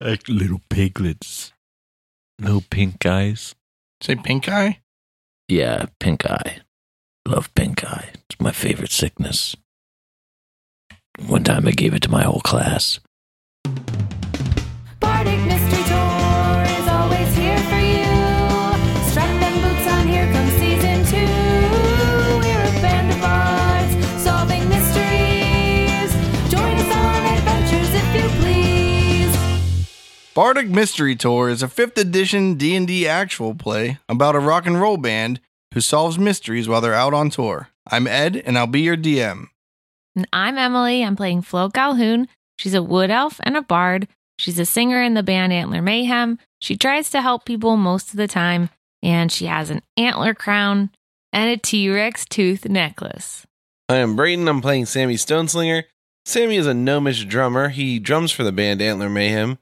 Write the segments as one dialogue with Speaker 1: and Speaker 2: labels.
Speaker 1: Like little piglets. No pink eyes.
Speaker 2: Say pink eye?
Speaker 3: Yeah, pink eye. Love pink eye. It's my favorite sickness. One time I gave it to my whole class.
Speaker 4: Bardic Mystery Tour is always here for you. Strap them boots on, here comes season two. We're a band of bards solving mysteries. Join us on adventures if you please.
Speaker 2: Bardic Mystery Tour is a 5th edition D&D actual play about a rock and roll band who solves mysteries while they're out on tour. I'm Ed and I'll be your DM.
Speaker 5: And I'm Emily. I'm playing Flo Calhoun. She's a wood elf and a bard. She's a singer in the band Antler Mayhem. She tries to help people most of the time, and she has an antler crown and a T Rex tooth necklace.
Speaker 6: I am Brayden. I'm playing Sammy Stoneslinger. Sammy is a gnomish drummer. He drums for the band Antler Mayhem.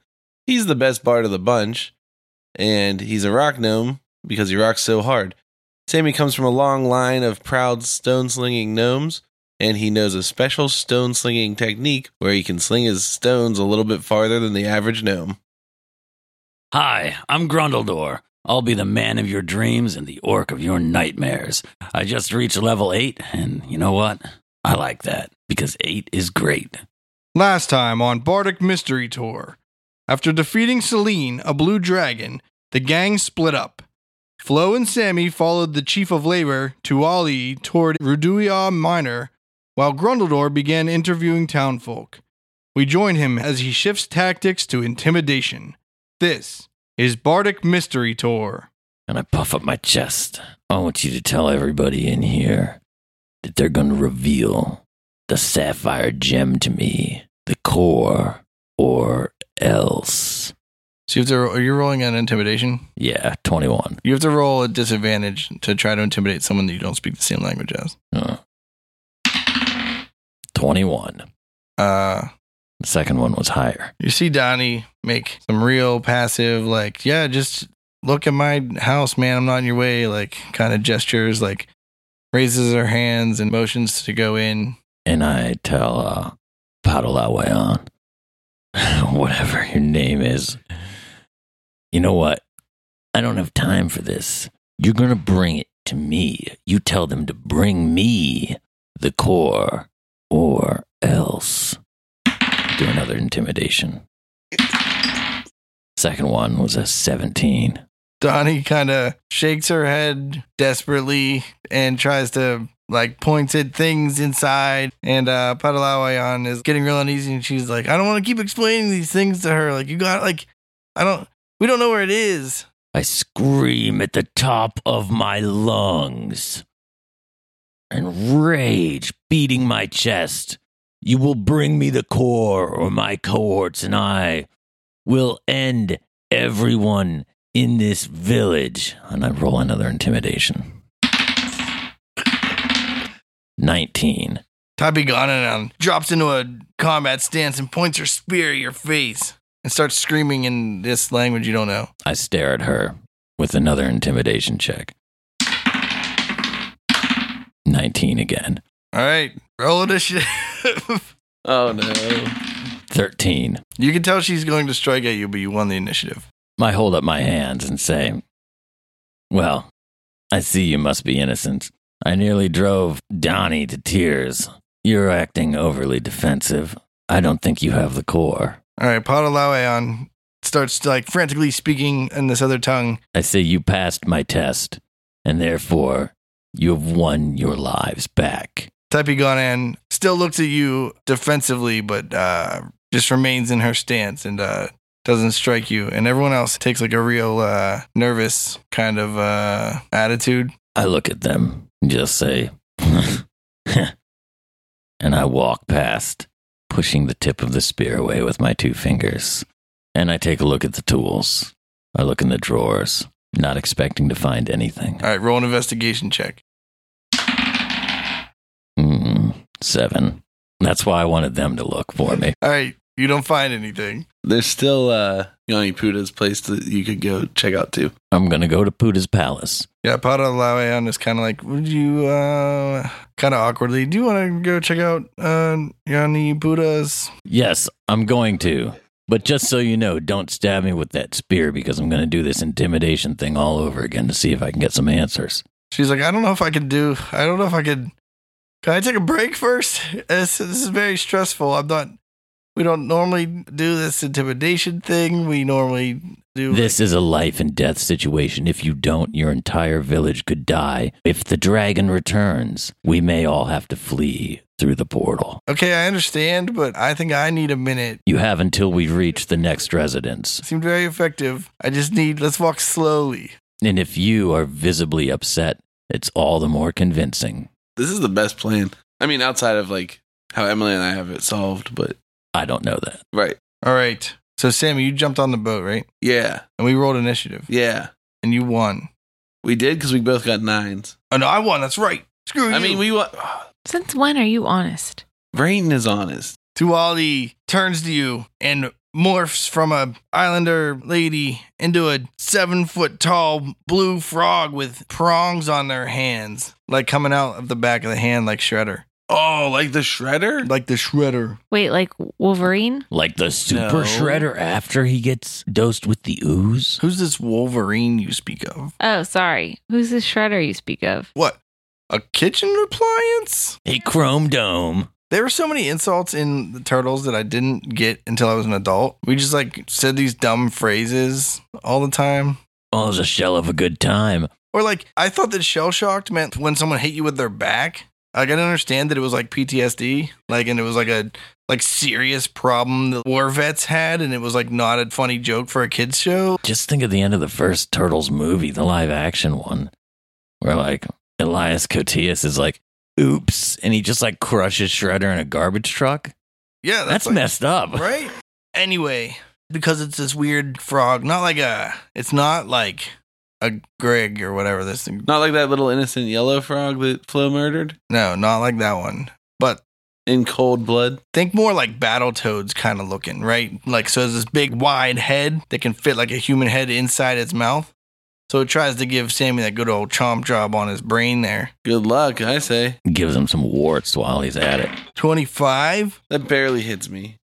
Speaker 6: He's the best bard of the bunch, and he's a rock gnome because he rocks so hard. Sammy comes from a long line of proud stone slinging gnomes, and he knows a special stone slinging technique where he can sling his stones a little bit farther than the average gnome.
Speaker 3: Hi, I'm Grundledor. I'll be the man of your dreams and the orc of your nightmares. I just reached level 8, and you know what? I like that because 8 is great.
Speaker 2: Last time on Bardic Mystery Tour, after defeating Celine, a blue dragon, the gang split up. Flo and Sammy followed the chief of labor, Tuali, toward Ruduia Minor, while Grundledor began interviewing townfolk. We join him as he shifts tactics to intimidation. This is Bardic Mystery Tour.
Speaker 3: and I puff up my chest. I want you to tell everybody in here that they're going to reveal the sapphire gem to me, the core, or else.
Speaker 2: So you have to, are you rolling an intimidation?
Speaker 3: Yeah, 21.
Speaker 2: You have to roll a disadvantage to try to intimidate someone that you don't speak the same language as.
Speaker 3: Uh, 21.
Speaker 2: Uh,
Speaker 3: The second one was higher.
Speaker 2: you see Donnie make some real passive, like, yeah, just look at my house, man. I'm not in your way, like, kind of gestures, like, raises her hands and motions to go in.
Speaker 3: And I tell uh, Padalawayan, whatever your name is, you know what? I don't have time for this. You're going to bring it to me. You tell them to bring me the core or else. Do another intimidation. Second one was a 17.
Speaker 2: Donnie kind of shakes her head desperately and tries to like points at things inside. And uh, Padalawayan is getting real uneasy, and she's like, "I don't want to keep explaining these things to her. Like you got like, I don't. We don't know where it is."
Speaker 3: I scream at the top of my lungs and rage beating my chest. You will bring me the core or my cohorts, and I will end everyone in this village. And I roll another intimidation. 19.
Speaker 2: Tabiganan drops into a combat stance and points her spear at your face and starts screaming in this language you don't know.
Speaker 3: I stare at her with another intimidation check. 19 again.
Speaker 2: All right, roll initiative.
Speaker 6: Oh no.
Speaker 3: 13.
Speaker 2: you can tell she's going to strike at you, but you won the initiative.
Speaker 3: I hold up my hands and say, Well, I see you must be innocent. I nearly drove Donnie to tears. You're acting overly defensive. I don't think you have the core.
Speaker 2: All right, Padalawayan starts like frantically speaking in this other tongue.
Speaker 3: I say you passed my test, and therefore you have won your lives back.
Speaker 2: Tepiganan still looks at you defensively, but uh, just remains in her stance and uh, doesn't strike you. And everyone else takes like a real uh, nervous kind of uh, attitude.
Speaker 3: I look at them and just say, and I walk past, pushing the tip of the spear away with my two fingers. And I take a look at the tools. I look in the drawers, not expecting to find anything.
Speaker 2: All right, roll an investigation check.
Speaker 3: Mm, seven. That's why I wanted them to look for me.
Speaker 2: All right, you don't find anything.
Speaker 6: There's still uh, Yanni Puda's place that you could go check out too.
Speaker 3: I'm going to go to Puta's palace.
Speaker 2: Yeah, Padalawayan is kind of like, would you, uh, kind of awkwardly, do you want to go check out uh, Yanni Buddha's?
Speaker 3: Yes, I'm going to. But just so you know, don't stab me with that spear because I'm going to do this intimidation thing all over again to see if I can get some answers.
Speaker 2: She's like, I don't know if I could do. I don't know if I could. Can I take a break first? This, this is very stressful. I'm not. We don't normally do this intimidation thing. We normally do
Speaker 3: This is a life and death situation. If you don't, your entire village could die. If the dragon returns, we may all have to flee through the portal.
Speaker 2: Okay, I understand, but I think I need a minute.
Speaker 3: You have until we reach the next residence.
Speaker 2: Seemed very effective. I just need. Let's walk slowly.
Speaker 3: And if you are visibly upset, it's all the more convincing.
Speaker 6: This is the best plan. I mean, outside of like how Emily and I have it solved, but
Speaker 3: I don't know that.
Speaker 6: right.
Speaker 2: All right. So Sammy, you jumped on the boat, right?
Speaker 6: Yeah.
Speaker 2: And we rolled initiative,
Speaker 6: Yeah.
Speaker 2: and you won.
Speaker 6: We did because we both got nines.
Speaker 2: Oh no, I won. That's right. Screw you.
Speaker 6: I mean, we wa
Speaker 5: Since when are you honest?
Speaker 6: Brayton is honest.
Speaker 2: Tuwali turns to you and morphs from a islander lady into a seven foot tall blue frog with prongs on their hands, like coming out of the back of the hand, like Shredder,
Speaker 6: Oh, like the shredder?
Speaker 2: like the Shredder.
Speaker 5: Wait, like Wolverine?
Speaker 3: Like the super
Speaker 6: No.
Speaker 3: shredder after he gets dosed with the ooze?
Speaker 2: Who's this Wolverine you speak of?
Speaker 5: Oh, sorry. Who's the shredder you speak of?
Speaker 2: What? A kitchen appliance?
Speaker 3: Hey, Chrome Dome.
Speaker 2: There were so many insults in the Turtles that I didn't get until I was an adult. We just like said these dumb phrases all the time.
Speaker 3: Oh, it was a shell of a good time.
Speaker 2: Or like I thought that shell shocked meant when someone hit you with their back. Like I didn't understand that it was like PTSD. Like and it was like a like serious problem that war vets had and it was like not a funny joke for a kids show.
Speaker 3: Just think of the end of the first Turtles movie, the live action one, where like Elias Cotillas is like, oops, and he just like crushes Shredder in a garbage truck.
Speaker 2: Yeah, that's,
Speaker 3: That's,
Speaker 2: like,
Speaker 3: messed up.
Speaker 2: Right? Anyway, because it's this weird frog, not like a it's not like a Greg or whatever this thing.
Speaker 6: Not like that little innocent yellow frog that Flo murdered
Speaker 2: No, not like that one. But
Speaker 6: in cold blood.
Speaker 2: think more like battle toads kind of looking, right? Like so it's this big wide head that can fit like a human head inside its mouth. So it tries to give Sammy that good old chomp job on his brain there.
Speaker 6: Good luck, I say.
Speaker 3: Gives him some warts while he's at it.
Speaker 2: 25,
Speaker 6: That barely hits me.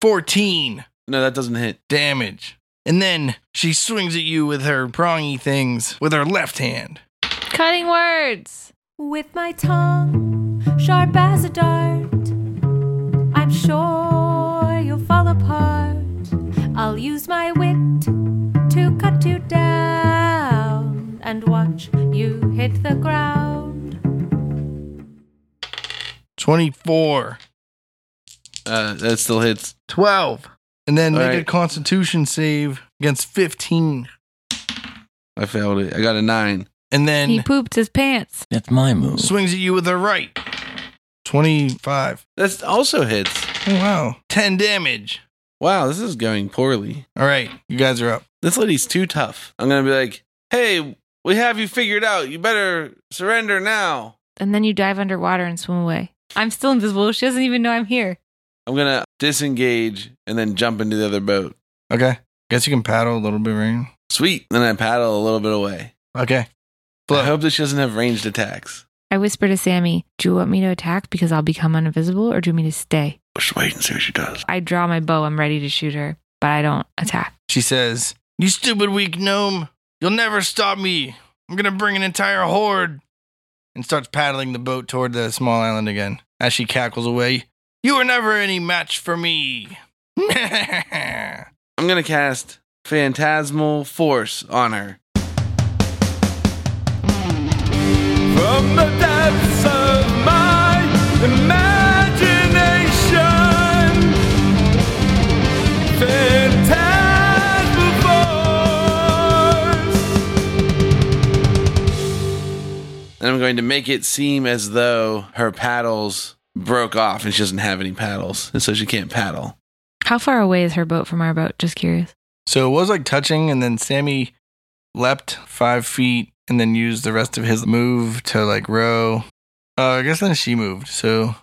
Speaker 2: 14
Speaker 6: No, that doesn't hit.
Speaker 2: damage. And then she swings at you with her prongy things with her left hand.
Speaker 5: Cutting words.
Speaker 4: With my tongue sharp as a dart, I'm sure you'll fall apart. I'll use my wit to cut you down and watch you hit the ground.
Speaker 2: 24,
Speaker 6: Uh, that still hits.
Speaker 2: 12. And then
Speaker 6: All
Speaker 2: make a
Speaker 6: right.
Speaker 2: constitution save against 15.
Speaker 6: I failed it. I got a nine.
Speaker 2: And then
Speaker 5: He pooped his pants.
Speaker 3: That's my move.
Speaker 2: swings at you with her right. 25.
Speaker 6: That's also hits.
Speaker 2: Oh, wow. 10 damage.
Speaker 6: Wow, this is going poorly.
Speaker 2: All right, you guys are up.
Speaker 6: This lady's too tough. I'm gonna be like, hey, we have you figured out. You better surrender now.
Speaker 5: And then you dive underwater and swim away. I'm still invisible. She doesn't even know I'm here.
Speaker 6: I'm gonna disengage and then jump into the other boat.
Speaker 2: Okay. Guess you can paddle a little bit, right?
Speaker 6: Sweet. Then I paddle a little bit away.
Speaker 2: Okay.
Speaker 6: I hope that she doesn't have ranged attacks.
Speaker 5: I whisper to Sammy, Do you want me to attack because I'll become uninvisible or do you want me to stay?
Speaker 6: Just wait and see what she does.
Speaker 5: I draw my bow. I'm ready to shoot her, but I don't attack.
Speaker 2: She says, You stupid weak gnome. You'll never stop me. I'm going to bring an entire horde. And starts paddling the boat toward the small island again as she cackles away. You were never any match for me.
Speaker 6: I'm gonna cast Phantasmal Force on her.
Speaker 7: From the depths of my imagination, phantasmal voice.
Speaker 6: And I'm going to make it seem as though her paddles broke off and she doesn't have any paddles. And so she can't paddle.
Speaker 5: How far away is her boat from our boat? Just curious.
Speaker 2: so it was like touching, and then Sammy leapt five feet and then used the rest of his move to like row. Uh, I guess then she moved. So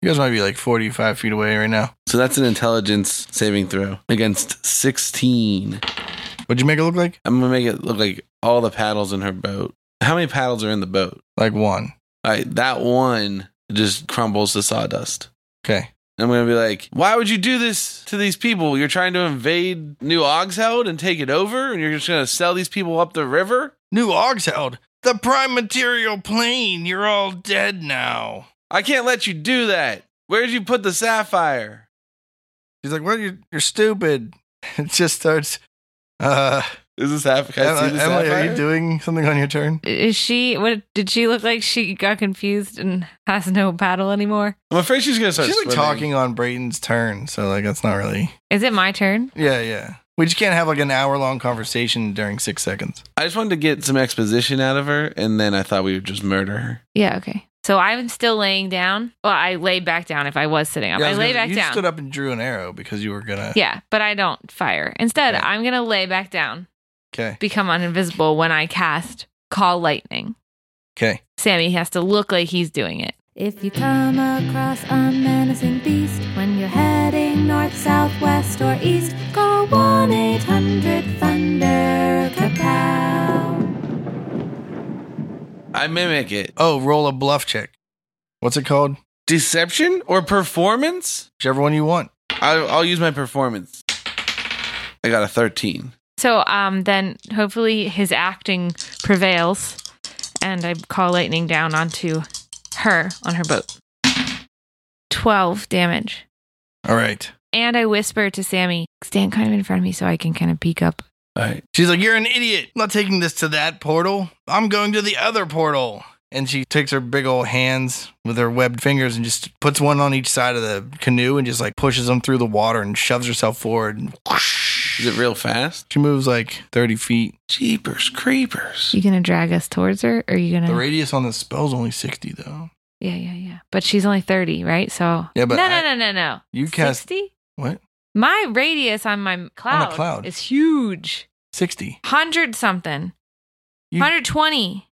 Speaker 2: you guys might be like 45 feet away right now.
Speaker 6: So that's an intelligence saving throw against 16.
Speaker 2: What'd you make it look like?
Speaker 6: I'm going to make it look like all the paddles in her boat. How many paddles are in the boat?
Speaker 2: Like one.
Speaker 6: All right, that one just crumbles to sawdust.
Speaker 2: Okay.
Speaker 6: I'm going to be like, why would you do this to these people? You're trying to invade New Oxheld and take it over, and you're just going to sell these people up the river?
Speaker 2: New Oxheld, the prime material plane. You're all dead now.
Speaker 6: I can't let you do that. Where'd you put the sapphire?
Speaker 2: She's like, "Well, you're you're stupid." It just starts. Uh,
Speaker 6: Is this half? Can I see
Speaker 2: Emily,
Speaker 6: the
Speaker 2: Emily, are
Speaker 6: sapphire?
Speaker 2: you doing something on your turn?
Speaker 5: Is she? What did she look like? She got confused and has no paddle anymore.
Speaker 6: I'm afraid she's going to
Speaker 2: She's
Speaker 6: start
Speaker 2: like
Speaker 6: swimming.
Speaker 2: talking on Brayton's turn, so like that's not really.
Speaker 5: Is it my turn?
Speaker 2: Yeah, yeah. We just can't have like an hour long conversation during six seconds.
Speaker 6: I just wanted to get some exposition out of her, and then I thought we would just murder her.
Speaker 5: Yeah. Okay. So I'm still laying down. Well, I laid back down. If I was sitting up,
Speaker 2: Yeah,
Speaker 5: I,
Speaker 2: was
Speaker 5: lay
Speaker 2: gonna-
Speaker 5: back
Speaker 2: you
Speaker 5: down.
Speaker 2: stood up and drew an arrow because you were gonna.
Speaker 5: Yeah, but I don't fire. Instead,
Speaker 2: Right.
Speaker 5: I'm gonna lay back down,
Speaker 2: Okay.
Speaker 5: become uninvisible when I cast call lightning.
Speaker 2: Okay.
Speaker 5: Sammy has to look like he's doing it.
Speaker 4: If you come across a menacing beast when you're heading north, south, west, or east, call 1 800 Thunder Kapow.
Speaker 6: I mimic it.
Speaker 2: Oh, roll a bluff check. What's it called?
Speaker 6: Deception or performance?
Speaker 2: Whichever one you want.
Speaker 6: I'll, I'll use my performance. I got a 13.
Speaker 5: So um, then hopefully his acting prevails, and I call lightning down onto her on her boat. Twelve damage,
Speaker 2: All right.
Speaker 5: and I whisper to Sammy, "Stand kind of in front of me so I can kind of peek up."
Speaker 6: All right.
Speaker 2: She's like, "You're an idiot. I'm not taking this to that portal. I'm going to the other portal." And she takes her big old hands with her webbed fingers and just puts one on each side of the canoe and just like pushes them through the water and shoves herself forward. And
Speaker 6: Is it real fast?
Speaker 2: she moves like 30 feet.
Speaker 6: Jeepers, creepers.
Speaker 5: You gonna drag us towards her, or are you
Speaker 2: The
Speaker 5: gonna?
Speaker 2: radius on this spell's only 60 though.
Speaker 5: yeah, yeah, yeah. But she's only thirty, right? So
Speaker 2: Yeah, but
Speaker 5: no,
Speaker 2: I-
Speaker 5: no, no, no, no.
Speaker 2: You cast
Speaker 5: sixty.
Speaker 2: what?
Speaker 5: My radius on my cloud,
Speaker 2: cloud.
Speaker 5: is huge.
Speaker 2: 60.
Speaker 5: 100 something.
Speaker 2: You-
Speaker 5: 120.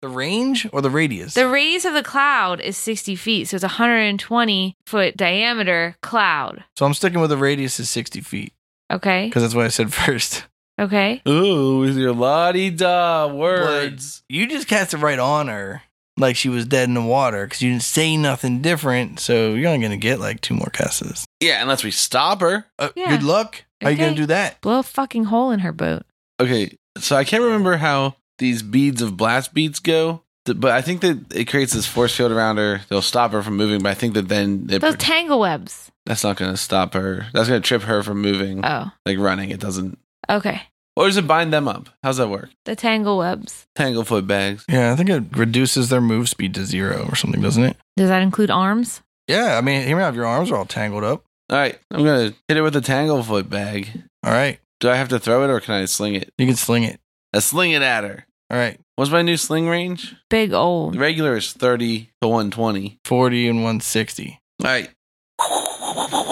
Speaker 2: The range or the radius?
Speaker 5: The radius of the cloud is 60 feet. So it's a 120 foot diameter cloud.
Speaker 2: so I'm sticking with the radius is 60 feet
Speaker 5: Okay.
Speaker 2: because that's what I said first.
Speaker 5: Okay.
Speaker 6: Ooh, with your la di da words.
Speaker 2: You just cast it right on her like she was dead in the water because you didn't say nothing different. So you're only going to get like two more casts. of this.
Speaker 6: Yeah, unless we stop her.
Speaker 2: Uh,
Speaker 5: Yeah.
Speaker 2: Good luck. How you going
Speaker 5: Okay.
Speaker 2: to do that?
Speaker 5: Blow a fucking hole in her boat.
Speaker 6: Okay, so I can't remember how these beads of blast beads go, th- but I think that it creates this force field around her. They'll stop her from moving, but I think that then it,
Speaker 5: Those tangle webs.
Speaker 6: that's not going to stop her. That's going to trip her from moving,
Speaker 5: Oh,
Speaker 6: like running. It doesn't.
Speaker 5: okay.
Speaker 6: Or does it bind them up? How's that work?
Speaker 5: The tangle webs.
Speaker 6: Tanglefoot bags.
Speaker 2: Yeah, I think it reduces their move speed to zero or something, doesn't it?
Speaker 5: Does that include arms?
Speaker 2: Yeah, I mean, here out, your arms are all tangled up.
Speaker 6: All right, I'm going to hit it with a tanglefoot bag.
Speaker 2: All right,
Speaker 6: Do I have to throw it or can I sling it?
Speaker 2: you can sling it.
Speaker 6: I sling it at her.
Speaker 2: All right,
Speaker 6: What's my new sling range?
Speaker 5: Big old.
Speaker 6: Regular is 30 to 120.
Speaker 2: 40 and 160.
Speaker 6: All right.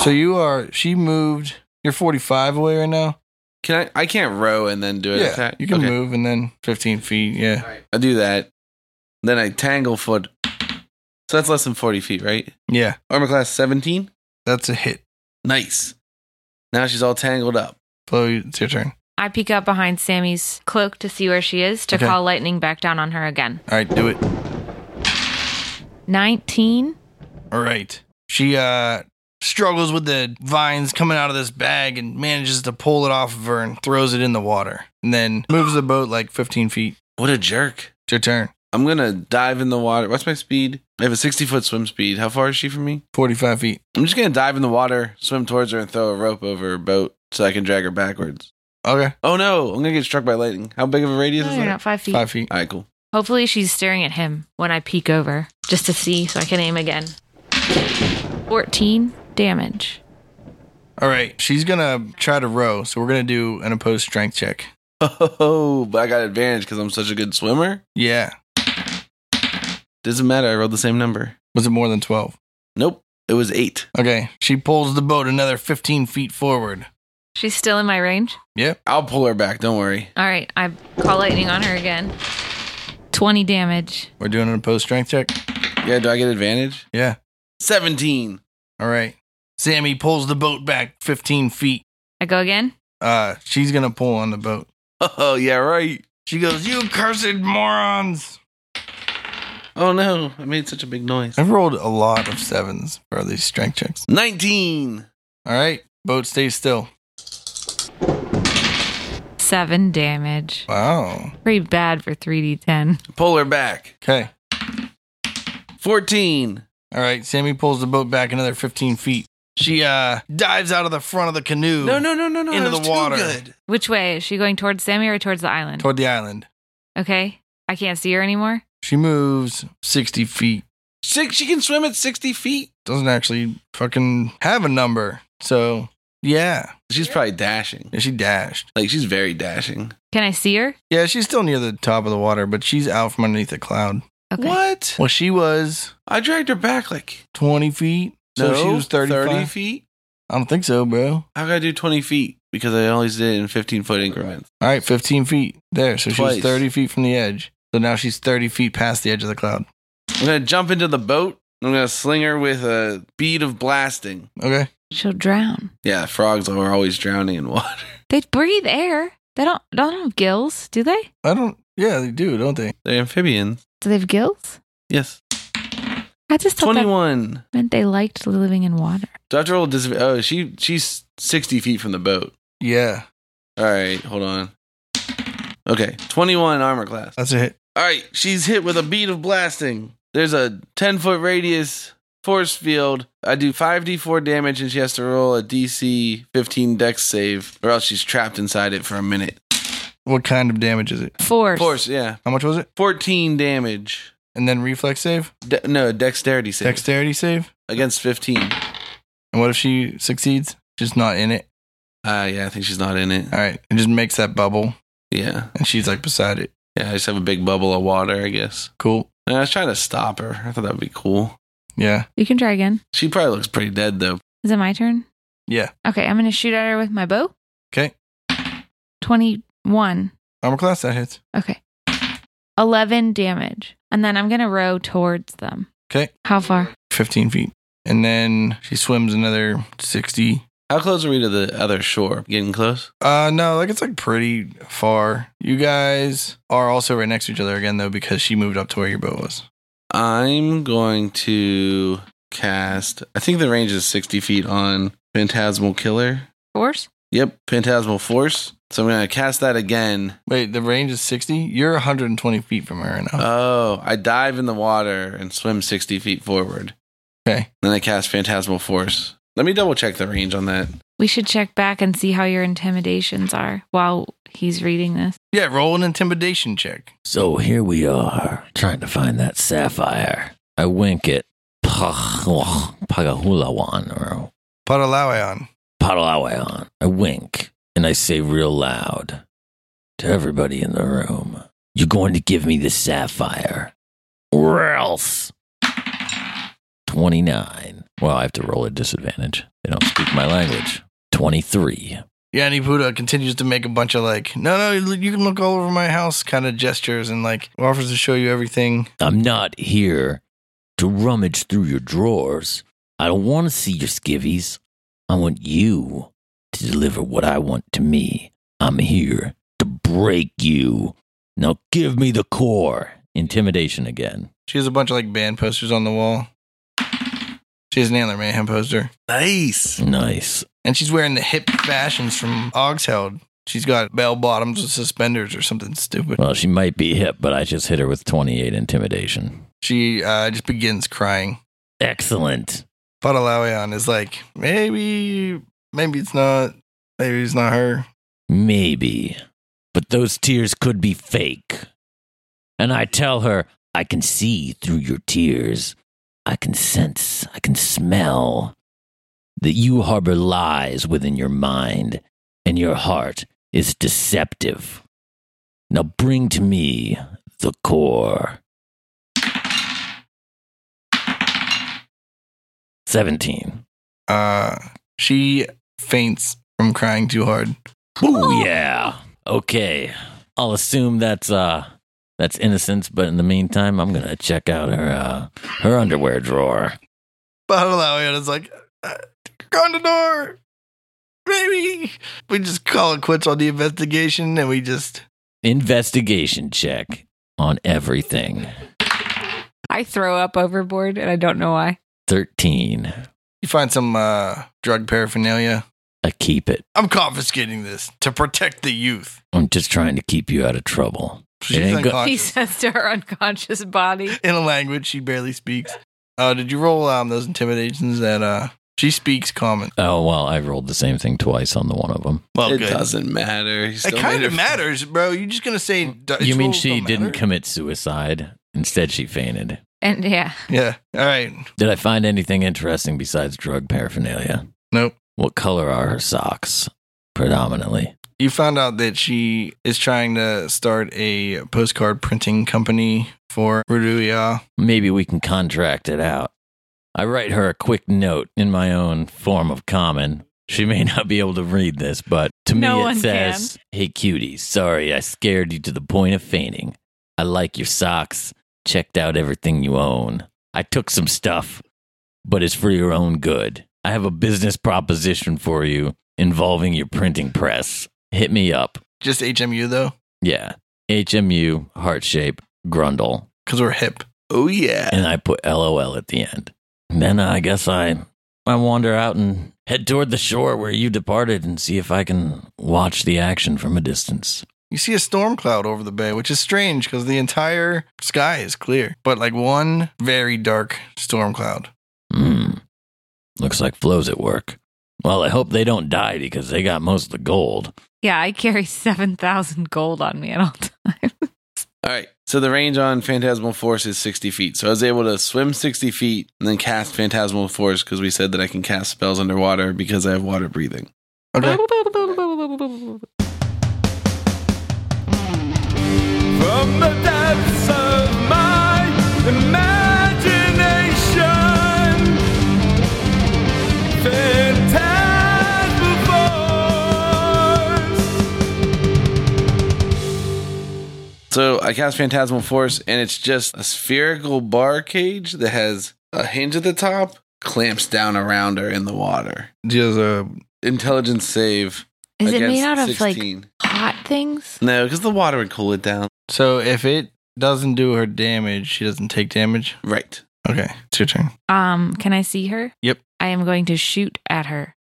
Speaker 2: So you are, she moved, you're 45 away right now?
Speaker 6: Can I? I can't row and then do it.
Speaker 2: Yeah, you can move and then 15 feet. Yeah,
Speaker 6: I do that. Then I tangle foot. So that's less than 40 feet, right?
Speaker 2: yeah,
Speaker 6: Armor class 17.
Speaker 2: that's a hit.
Speaker 6: Nice. Now she's all tangled up.
Speaker 2: Flo, it's your turn.
Speaker 5: I peek up behind Sammy's cloak to see where she is to
Speaker 2: Okay.
Speaker 5: call lightning back down on her again.
Speaker 2: All right, do it.
Speaker 5: 19.
Speaker 2: All right. She uh struggles with the vines coming out of this bag and manages to pull it off of her and throws it in the water. And then moves the boat like 15 feet.
Speaker 6: What a jerk.
Speaker 2: It's your turn.
Speaker 6: I'm going to dive in the water. What's my speed? I have a 60 foot swim speed. How far is she from me?
Speaker 2: 45 feet.
Speaker 6: I'm just going to dive in the water, swim towards her, and throw a rope over her boat so I can drag her backwards.
Speaker 2: Okay.
Speaker 6: Oh no, I'm going to get struck by lightning. How big of a radius
Speaker 5: No,
Speaker 6: is
Speaker 5: Oh, you're
Speaker 6: that?
Speaker 5: not five feet.
Speaker 2: Five feet.
Speaker 6: All right, cool.
Speaker 5: Hopefully, she's staring at him when I peek over just to see so I can aim again. 14 damage.
Speaker 2: All right. She's going to try to row. So we're going to do an opposed strength check.
Speaker 6: Oh, but I got advantage because I'm such a good swimmer.
Speaker 2: Yeah.
Speaker 6: Doesn't matter. I rolled the same number.
Speaker 2: Was it more than 12?
Speaker 6: Nope. It was eight.
Speaker 2: Okay. She pulls the boat another 15 feet forward.
Speaker 5: She's still in my range.
Speaker 2: Yep.
Speaker 6: I'll pull her back. Don't worry.
Speaker 5: All right, I call lightning on her again. 20 damage.
Speaker 2: We're doing an opposed strength check.
Speaker 6: Yeah, do I get advantage?
Speaker 2: Yeah.
Speaker 6: 17.
Speaker 2: All right. Sammy pulls the boat back 15 feet.
Speaker 5: I go again.
Speaker 2: Uh, she's going to pull on the boat.
Speaker 6: Oh, yeah, right.
Speaker 2: She goes, You cursed morons.
Speaker 6: Oh no, I made such a big noise.
Speaker 2: I've rolled a lot of sevens for these strength checks.
Speaker 6: 19.
Speaker 2: All right, boat stays still.
Speaker 5: Seven damage.
Speaker 2: Wow.
Speaker 5: Pretty bad for 3d10.
Speaker 6: Pull her back.
Speaker 2: Okay.
Speaker 6: 14.
Speaker 2: All right, Sammy pulls the boat back another 15 feet. She uh dives out of the front of the canoe.
Speaker 6: No, no, no, no, no.
Speaker 2: Into
Speaker 6: that
Speaker 2: the
Speaker 6: was
Speaker 2: water.
Speaker 6: Too good.
Speaker 5: Which way? Is she going towards Sammy or towards the island?
Speaker 2: Toward the island.
Speaker 5: okay. I can't see her anymore.
Speaker 2: She moves 60 feet.
Speaker 6: Six, she can swim at 60 feet.
Speaker 2: Doesn't actually fucking have a number. So, yeah.
Speaker 6: She's probably dashing.
Speaker 2: Yeah, she dashed.
Speaker 6: Like, she's very dashing.
Speaker 5: Can I see her?
Speaker 2: Yeah, she's still near the top of the water, but she's out from underneath a cloud.
Speaker 5: Okay.
Speaker 6: What?
Speaker 2: Well, she was
Speaker 6: I dragged her back like
Speaker 2: 20 feet. So she was 35.
Speaker 6: 30 feet.
Speaker 2: I don't think so, bro.
Speaker 6: How could I do 20 feet? Because I always did it in 15 foot increments.
Speaker 2: All right, 15 feet there. So she
Speaker 6: Twice.
Speaker 2: was 30 feet from the edge. So now she's 30 feet past the edge of the cloud.
Speaker 6: I'm going to jump into the boat. I'm going to sling her with a bead of blasting.
Speaker 2: Okay.
Speaker 5: She'll drown.
Speaker 6: Yeah, frogs are always drowning in water.
Speaker 5: They breathe air. They don't don't have gills, do they?
Speaker 2: I don't, yeah, they do, don't they?
Speaker 6: They're amphibians.
Speaker 5: Do they have gills?
Speaker 6: Yes.
Speaker 5: I just thought that
Speaker 6: 21.
Speaker 5: meant they liked living in water.
Speaker 6: Do I have to roll a disadvantage? Oh, she, she's 60 feet from the boat.
Speaker 2: Yeah,
Speaker 6: All right, hold on. Okay, 21 armor class.
Speaker 2: that's a hit.
Speaker 6: All right, she's hit with a bead of blasting. There's a 10 foot radius force field. I do 5d4 damage and she has to roll a DC 15 dex save or else she's trapped inside it for a minute.
Speaker 2: What kind of damage is it?
Speaker 5: Force.
Speaker 6: Force, yeah.
Speaker 2: How much was it?
Speaker 6: 14 damage.
Speaker 2: And then reflex save,
Speaker 6: De- no, dexterity save
Speaker 2: dexterity save.
Speaker 6: against 15.
Speaker 2: And what if she succeeds? Just not in it.
Speaker 6: Ah, yeah, I think she's not in it.
Speaker 2: All right. It just makes that bubble
Speaker 6: Yeah.
Speaker 2: and she's like beside it.
Speaker 6: Yeah, I just have a big bubble of water, I guess.
Speaker 2: Cool.
Speaker 6: And I was trying to stop her. I thought that would be cool.
Speaker 2: Yeah.
Speaker 5: You can try again.
Speaker 6: She probably looks pretty dead, though.
Speaker 5: Is it my turn?
Speaker 2: Yeah.
Speaker 5: Okay, I'm gonna shoot at her with my bow.
Speaker 2: Okay.
Speaker 5: Twenty one.
Speaker 2: Armor class, that hits.
Speaker 5: Okay. Eleven damage. And then I'm gonna row towards them.
Speaker 2: Okay.
Speaker 5: How far?
Speaker 2: 15 feet. And then she swims another 60.
Speaker 6: How close are we to the other shore? Getting close?
Speaker 2: Uh, no, like it's like pretty far. You guys are also right next to each other again, though, because she moved up to where your boat was.
Speaker 6: I'm going to cast. I think the range is 60 feet on Phantasmal Killer.
Speaker 5: Force?
Speaker 6: Yep, Phantasmal Force. So I'm going to cast that again.
Speaker 2: Wait, the range is 60? You're 120 feet from her right now.
Speaker 6: Oh, I dive in the water and swim 60 feet forward.
Speaker 2: okay.
Speaker 6: Then I cast Phantasmal Force. Let me double check the range on that.
Speaker 5: We should check back and see how your intimidations are while he's reading this.
Speaker 2: Yeah, roll an intimidation check.
Speaker 3: So here we are, trying to find that sapphire. I wink at Pagahulawan or
Speaker 2: Padalawayan.
Speaker 3: Padalawayan. I wink and I say real loud to everybody in the room, You're going to give me the sapphire. Or else. 29. Well, I have to roll a disadvantage. They don't speak my language. 23.
Speaker 2: Yani Puda continues to make a bunch of like, no, no, you can look all over my house kind of gestures and like offers to show you everything.
Speaker 3: I'm not here to rummage through your drawers. I don't want to see your skivvies. I want you to deliver what I want to me. I'm here to break you. Now give me the core. Intimidation again.
Speaker 2: She has a bunch of like band posters on the wall. She has an Antler Mayhem poster.
Speaker 6: Nice.
Speaker 3: Nice.
Speaker 2: And she's wearing the hip fashions from Oxheld. She's got bell bottoms with suspenders or something stupid.
Speaker 3: Well, she might be hip, but I just hit her with 28 intimidation.
Speaker 2: She uh, just begins crying.
Speaker 3: Excellent.
Speaker 2: Padalawayan is like, maybe, maybe it's not, maybe it's not her.
Speaker 3: Maybe. But those tears could be fake. And I tell her, I can see through your tears. I can sense, I can smell that you harbor lies within your mind and your heart is deceptive. Now bring to me the core. 17.
Speaker 2: Uh, she faints from crying too hard.
Speaker 3: Ooh, yeah. Okay. I'll assume that's uh that's innocence, but in the meantime, I'm gonna check out her uh her underwear drawer.
Speaker 2: Badalawian is like, uh, Gondor, maybe. We just call it quits on the investigation and we just,
Speaker 3: Investigation check on everything.
Speaker 5: I throw up overboard and I don't know why.
Speaker 3: 13.
Speaker 2: You find some uh, drug paraphernalia.
Speaker 3: I keep it.
Speaker 2: I'm confiscating this to protect the youth.
Speaker 3: I'm just trying to keep you out of trouble.
Speaker 2: She's
Speaker 3: ain't go-
Speaker 5: He
Speaker 2: unconscious.
Speaker 5: says to her unconscious body.
Speaker 2: in a language she barely speaks. Uh, did you roll um, those intimidations that uh, she speaks common?
Speaker 3: Oh, well, I rolled the same thing twice on the one of them.
Speaker 2: Well,
Speaker 6: it
Speaker 2: Oh, good.
Speaker 6: doesn't matter. He
Speaker 2: It
Speaker 6: still
Speaker 2: kind
Speaker 6: made
Speaker 2: of matters, bro. You're just gonna say d-
Speaker 3: you
Speaker 2: its
Speaker 3: mean
Speaker 2: rules
Speaker 3: she
Speaker 2: don't
Speaker 3: didn't
Speaker 2: matter?
Speaker 3: commit suicide? Instead, she fainted.
Speaker 5: And yeah,
Speaker 2: Yeah. All right.
Speaker 3: Did I find anything interesting besides drug paraphernalia?
Speaker 2: Nope.
Speaker 3: What color are her socks? Predominantly.
Speaker 2: You found out that she is trying to start a postcard printing company for Rudulia.
Speaker 3: Maybe we can contract it out. I write her a quick note in my own form of common. She may not be able to read this, but to
Speaker 5: No
Speaker 3: me it
Speaker 5: one
Speaker 3: says, Hey cutie, sorry I scared you to the point of fainting. I like your socks. Checked out everything you own. I took some stuff, but it's for your own good. I have a business proposition for you involving your printing press. Hit me up.
Speaker 2: Just HMU though,
Speaker 3: Yeah. HMU, heart shape, grundle
Speaker 2: because we're hip.
Speaker 6: Oh yeah.
Speaker 3: and I put LOL at the end. And then I guess I I wander out and head toward the shore where you departed and see if I can watch the action from a distance.
Speaker 2: You see a storm cloud over the bay, which is strange because the entire sky is clear, but like one very dark storm cloud.
Speaker 3: Hmm. Looks like Flo's at work. Well, I hope they don't die because they got most of the gold.
Speaker 5: yeah, I carry seven thousand gold on me at all times.
Speaker 6: All right. So the range on Phantasmal Force is 60 feet. So I was able to swim 60 feet and then cast Phantasmal Force because we said that I can cast spells underwater because I have water breathing.
Speaker 2: Okay.
Speaker 7: From the depths of my imagination, Phantasmal Force.
Speaker 6: So I cast Phantasmal Force and it's just a spherical bar cage that has a hinge at the top, clamps down around her in the water.
Speaker 2: She has a
Speaker 6: Intelligence save.
Speaker 5: Is it made
Speaker 6: against
Speaker 5: out of
Speaker 6: 16.
Speaker 5: like hot things?
Speaker 6: No, because the water would cool it down.
Speaker 2: So if it doesn't do her damage, she doesn't take damage.
Speaker 6: Right.
Speaker 2: Okay, it's your turn.
Speaker 5: Um, can I see her?
Speaker 2: Yep.
Speaker 5: I am going to shoot at her.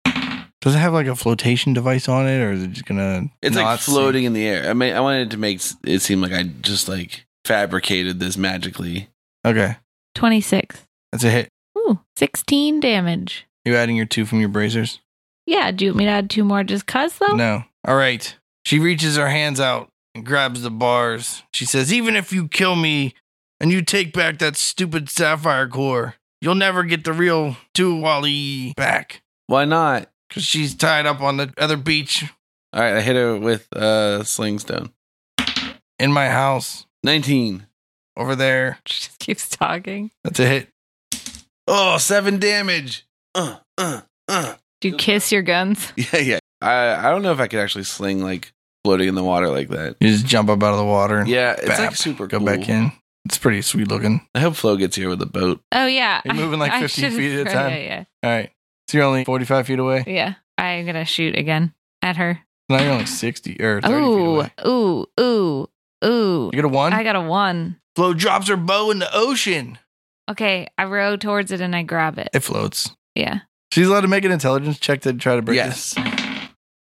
Speaker 2: Does it have like a flotation device on it, or is it just gonna?
Speaker 6: It's
Speaker 2: not
Speaker 6: like
Speaker 2: sink?
Speaker 6: floating in the air. I mean, I wanted to make s- it seem like I just like fabricated this magically.
Speaker 2: Okay,
Speaker 5: Twenty six.
Speaker 2: that's a hit.
Speaker 5: Ooh, 16 damage.
Speaker 2: You adding your two from your bracers?
Speaker 5: Yeah, do you want me to add two more just cuz though?
Speaker 2: No. All right. She reaches her hands out and grabs the bars. She says, "Even if you kill me and you take back that stupid sapphire core, you'll never get the real Tuwali back
Speaker 6: Why not?
Speaker 2: because she's tied up on the other beach
Speaker 6: All right, I hit her with uh sling stone.
Speaker 2: in my house
Speaker 6: 19.
Speaker 2: over there."
Speaker 5: She just keeps talking.
Speaker 2: That's a hit.
Speaker 6: Oh, seven damage. Uh, uh, uh.
Speaker 5: Do you kiss your guns?
Speaker 6: Yeah, yeah. I I don't know if I could actually sling like floating in the water like that.
Speaker 2: You just jump up out of the water. and
Speaker 6: Yeah, it's
Speaker 2: Bap.
Speaker 6: like super
Speaker 2: Go
Speaker 6: cool.
Speaker 2: back in. It's pretty sweet looking.
Speaker 6: I hope Flo gets here with a boat.
Speaker 5: Oh yeah.
Speaker 2: You're moving like 15
Speaker 5: should've-
Speaker 2: feet at a time.
Speaker 5: Yeah, yeah.
Speaker 2: All right. So you're only 45 feet away?
Speaker 5: Yeah. I'm going to shoot again at her.
Speaker 2: Now you're only 60 or 30 feet
Speaker 5: Ooh,
Speaker 2: away.
Speaker 5: ooh, ooh, ooh.
Speaker 2: You get a one?
Speaker 5: I got a 1.
Speaker 2: Flo drops her bow in the ocean.
Speaker 5: Okay, I row towards it and I grab it.
Speaker 2: It floats.
Speaker 5: Yeah.
Speaker 2: She's allowed to make an intelligence check to try to break
Speaker 6: yes.
Speaker 2: this.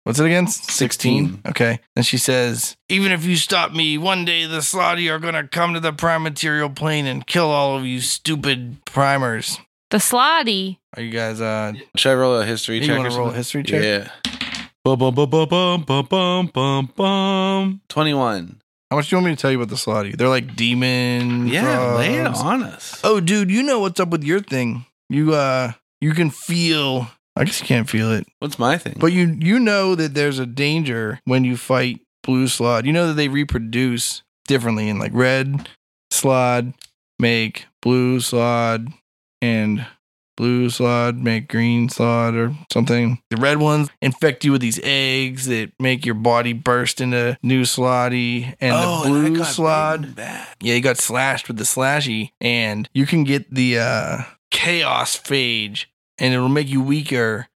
Speaker 2: What's it against?
Speaker 6: 16.
Speaker 2: Okay. And she says, Even if you stop me, one day the Slotty are going to come to the prime material plane and kill all of you stupid primers.
Speaker 5: The slotty.
Speaker 2: Are you guys, uh,
Speaker 6: Should I roll a history
Speaker 2: you
Speaker 6: check?
Speaker 2: want
Speaker 6: or
Speaker 2: to roll a history
Speaker 6: something?
Speaker 2: check?
Speaker 6: Yeah.
Speaker 7: Bum bum bum bum bum bum bum bum bum.
Speaker 6: 21.
Speaker 2: How much do you want me to tell you about the Slotty? They're like demon.
Speaker 6: Yeah, lay it
Speaker 2: frogs.
Speaker 6: on us.
Speaker 2: Oh, dude, you know what's up with your thing. You uh, you can feel. I guess you can't feel it,
Speaker 6: What's my thing?
Speaker 2: but you you know that there's a danger when you fight blue slod. You know that they reproduce differently, and like red slod make blue slod, and blue slod make green slod or something. The red ones infect you with these eggs that make your body burst into new slotty, and
Speaker 6: Oh,
Speaker 2: the blue slod. Yeah, you got slashed with the slashy, and you can get the uh, chaos phage, and it'll make you weaker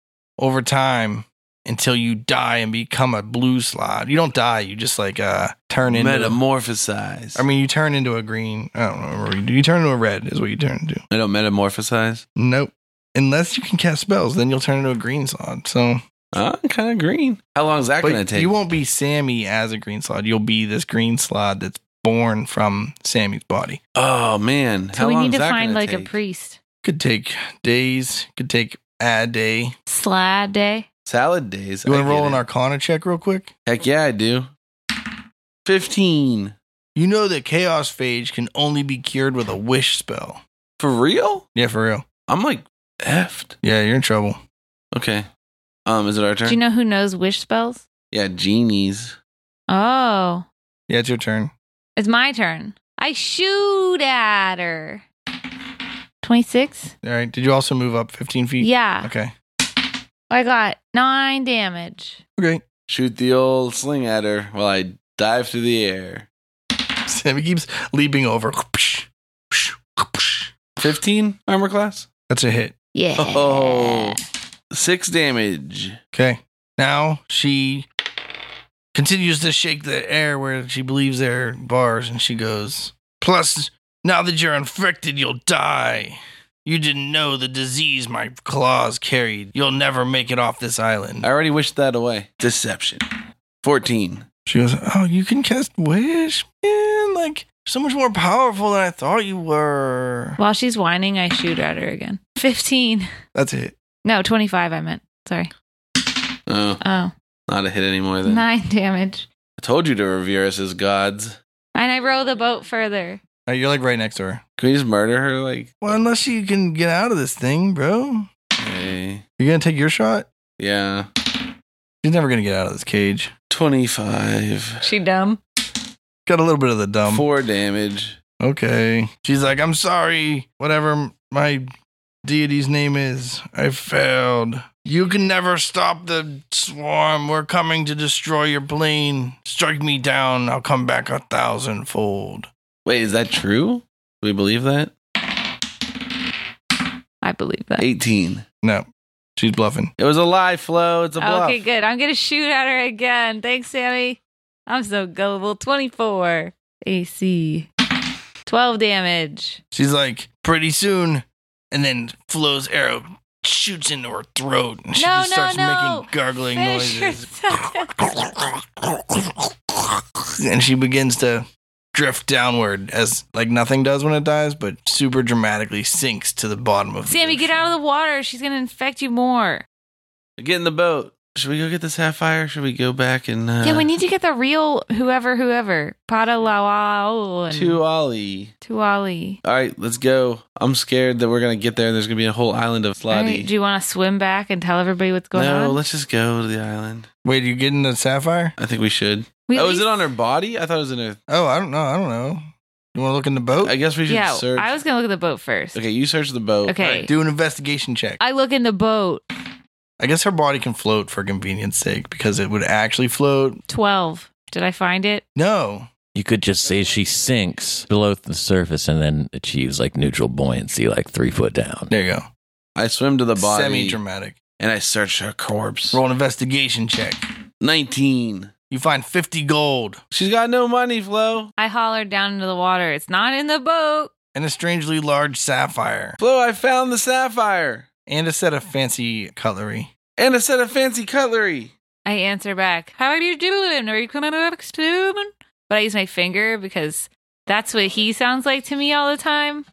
Speaker 2: over time. until you die and become a blue slot. You don't die. You just like uh turn into.
Speaker 6: metamorphosize.
Speaker 2: I mean, you turn into a green. I don't remember. what You, do. you turn into a red is what you turn into.
Speaker 6: I don't metamorphosize.
Speaker 2: Nope. Unless you can cast spells, then you'll turn into a green slot. So
Speaker 6: Ah, I'm kind of green. How long is that going to
Speaker 2: But
Speaker 6: take?
Speaker 2: you won't be Sammy as a green slot. You'll be this green slot that's born from Sammy's body.
Speaker 6: oh man,
Speaker 5: So
Speaker 6: how
Speaker 5: we
Speaker 6: long
Speaker 5: need
Speaker 6: is
Speaker 5: to
Speaker 6: that
Speaker 5: find
Speaker 6: gonna
Speaker 5: like a
Speaker 6: take?
Speaker 5: priest.
Speaker 2: Could take days. Could take a day.
Speaker 5: Slide day.
Speaker 6: salad days.
Speaker 2: You
Speaker 6: I
Speaker 2: want to
Speaker 6: get
Speaker 2: roll an
Speaker 6: it.
Speaker 2: Arcana check real quick?
Speaker 6: Heck yeah, I do. Fifteen
Speaker 2: You know that Chaos Phage can only be cured with a wish spell.
Speaker 6: for real?
Speaker 2: Yeah, for real.
Speaker 6: I'm like effed.
Speaker 2: Yeah, you're in trouble.
Speaker 6: Okay. Um, is it our turn?
Speaker 5: Do you know who knows wish spells?
Speaker 6: yeah, genies.
Speaker 5: Oh,
Speaker 2: Yeah, it's your turn.
Speaker 5: it's my turn. I shoot at her. 26?
Speaker 2: All right. Did you also move up 15 feet?
Speaker 5: Yeah.
Speaker 2: Okay.
Speaker 5: I got nine damage.
Speaker 2: Okay.
Speaker 6: Shoot the old sling at her while I dive through the air.
Speaker 2: Sammy keeps leaping over.
Speaker 6: Fifteen armor class.
Speaker 2: That's a hit.
Speaker 5: Yeah.
Speaker 6: Oh, six damage.
Speaker 2: Okay. Now she continues to shake the air where she believes there are bars, and she goes, Plus, now that you're infected, you'll die. You didn't know the disease my claws carried. You'll never make it off this island.
Speaker 6: I already wished that away. Deception. Fourteen.
Speaker 2: She goes, Oh, you can cast Wish? Man, like, so much more powerful than I thought you were.
Speaker 5: While she's whining, I shoot at her again. 15.
Speaker 2: That's it.
Speaker 5: No, 25, I meant. Sorry.
Speaker 6: Oh,
Speaker 5: Oh,
Speaker 6: not a hit anymore. Then
Speaker 5: nine damage.
Speaker 6: I told you to revere us as gods.
Speaker 5: And I row the boat further.
Speaker 2: you're like right next to her.
Speaker 6: Can we just murder her? Like,
Speaker 2: Well, unless you can get out of this thing, bro.
Speaker 6: hey,
Speaker 2: You're going to take your shot?
Speaker 6: yeah,
Speaker 2: She's never going to get out of this cage.
Speaker 6: twenty-five,
Speaker 5: She dumb.
Speaker 2: Got a little bit of the dumb.
Speaker 6: four damage.
Speaker 2: Okay. She's like, I'm sorry. Whatever my deity's name is, I failed. You can never stop the swarm. We're coming to destroy your plane. Strike me down. I'll come back a thousandfold.
Speaker 6: Wait, is that true? Do we believe that?
Speaker 5: I believe that.
Speaker 6: Eighteen.
Speaker 2: No, she's bluffing.
Speaker 6: It was a lie, Flo. It's a bluff.
Speaker 5: Okay, good. I'm gonna shoot at her again. Thanks, Sammy. I'm so gullible. 24 AC, 12 damage.
Speaker 2: She's like, pretty soon. And then Flo's arrow shoots into her throat and she
Speaker 5: No,
Speaker 2: just
Speaker 5: no,
Speaker 2: starts
Speaker 5: no.
Speaker 2: making gargling
Speaker 5: Finish
Speaker 2: noises.
Speaker 5: her-
Speaker 2: and she begins to drift downward as like nothing does when it dies, but super dramatically sinks to the bottom of.
Speaker 5: Sammy, get out of the water. She's gonna infect you more.
Speaker 6: Get in the boat. Should we go get the sapphire? Should we go back and uh,
Speaker 5: yeah, we need to get the real whoever, whoever. Pada Lawao and
Speaker 6: to Ollie?
Speaker 5: Tuali.
Speaker 6: All right, let's go. I'm scared that we're gonna get there and there's gonna be a whole island of
Speaker 5: All
Speaker 6: Slotty.
Speaker 5: right, do you want to swim back and tell everybody what's going
Speaker 6: no,
Speaker 5: on?
Speaker 6: let's just go to the island.
Speaker 2: Wait, you getting the sapphire?
Speaker 6: I think we should.
Speaker 5: We at
Speaker 6: oh, is
Speaker 5: least-
Speaker 6: it on her body? I thought it was in her.
Speaker 2: Oh, I don't know. I don't know. You want to look in the boat?
Speaker 6: I guess we should
Speaker 5: Oh, Yeah,
Speaker 6: search.
Speaker 5: I was gonna look at the boat first.
Speaker 6: okay, you search the boat.
Speaker 5: Okay.
Speaker 2: All right, do an investigation check. I-,
Speaker 5: I look in the boat.
Speaker 2: guess her body can float for convenience sake because it would actually float.
Speaker 5: 12. Did I find it?
Speaker 2: No.
Speaker 3: You could just say she sinks below the surface and then achieves like neutral buoyancy, like three foot down.
Speaker 2: There you go.
Speaker 6: I swim to the body
Speaker 2: Semi dramatic.
Speaker 6: and I search her corpse.
Speaker 2: Roll an investigation check.
Speaker 6: 19.
Speaker 2: You find 50 gold
Speaker 6: She's got no money, Flo.
Speaker 5: I hollered down into the water. It's not in the boat.
Speaker 2: and a strangely large sapphire
Speaker 6: Flo, I found the sapphire
Speaker 2: and a set of fancy cutlery.
Speaker 6: and a set of fancy cutlery.
Speaker 5: I answer back, How are you doing? Are you coming up soon? But I use my finger because that's what he sounds like to me all the time.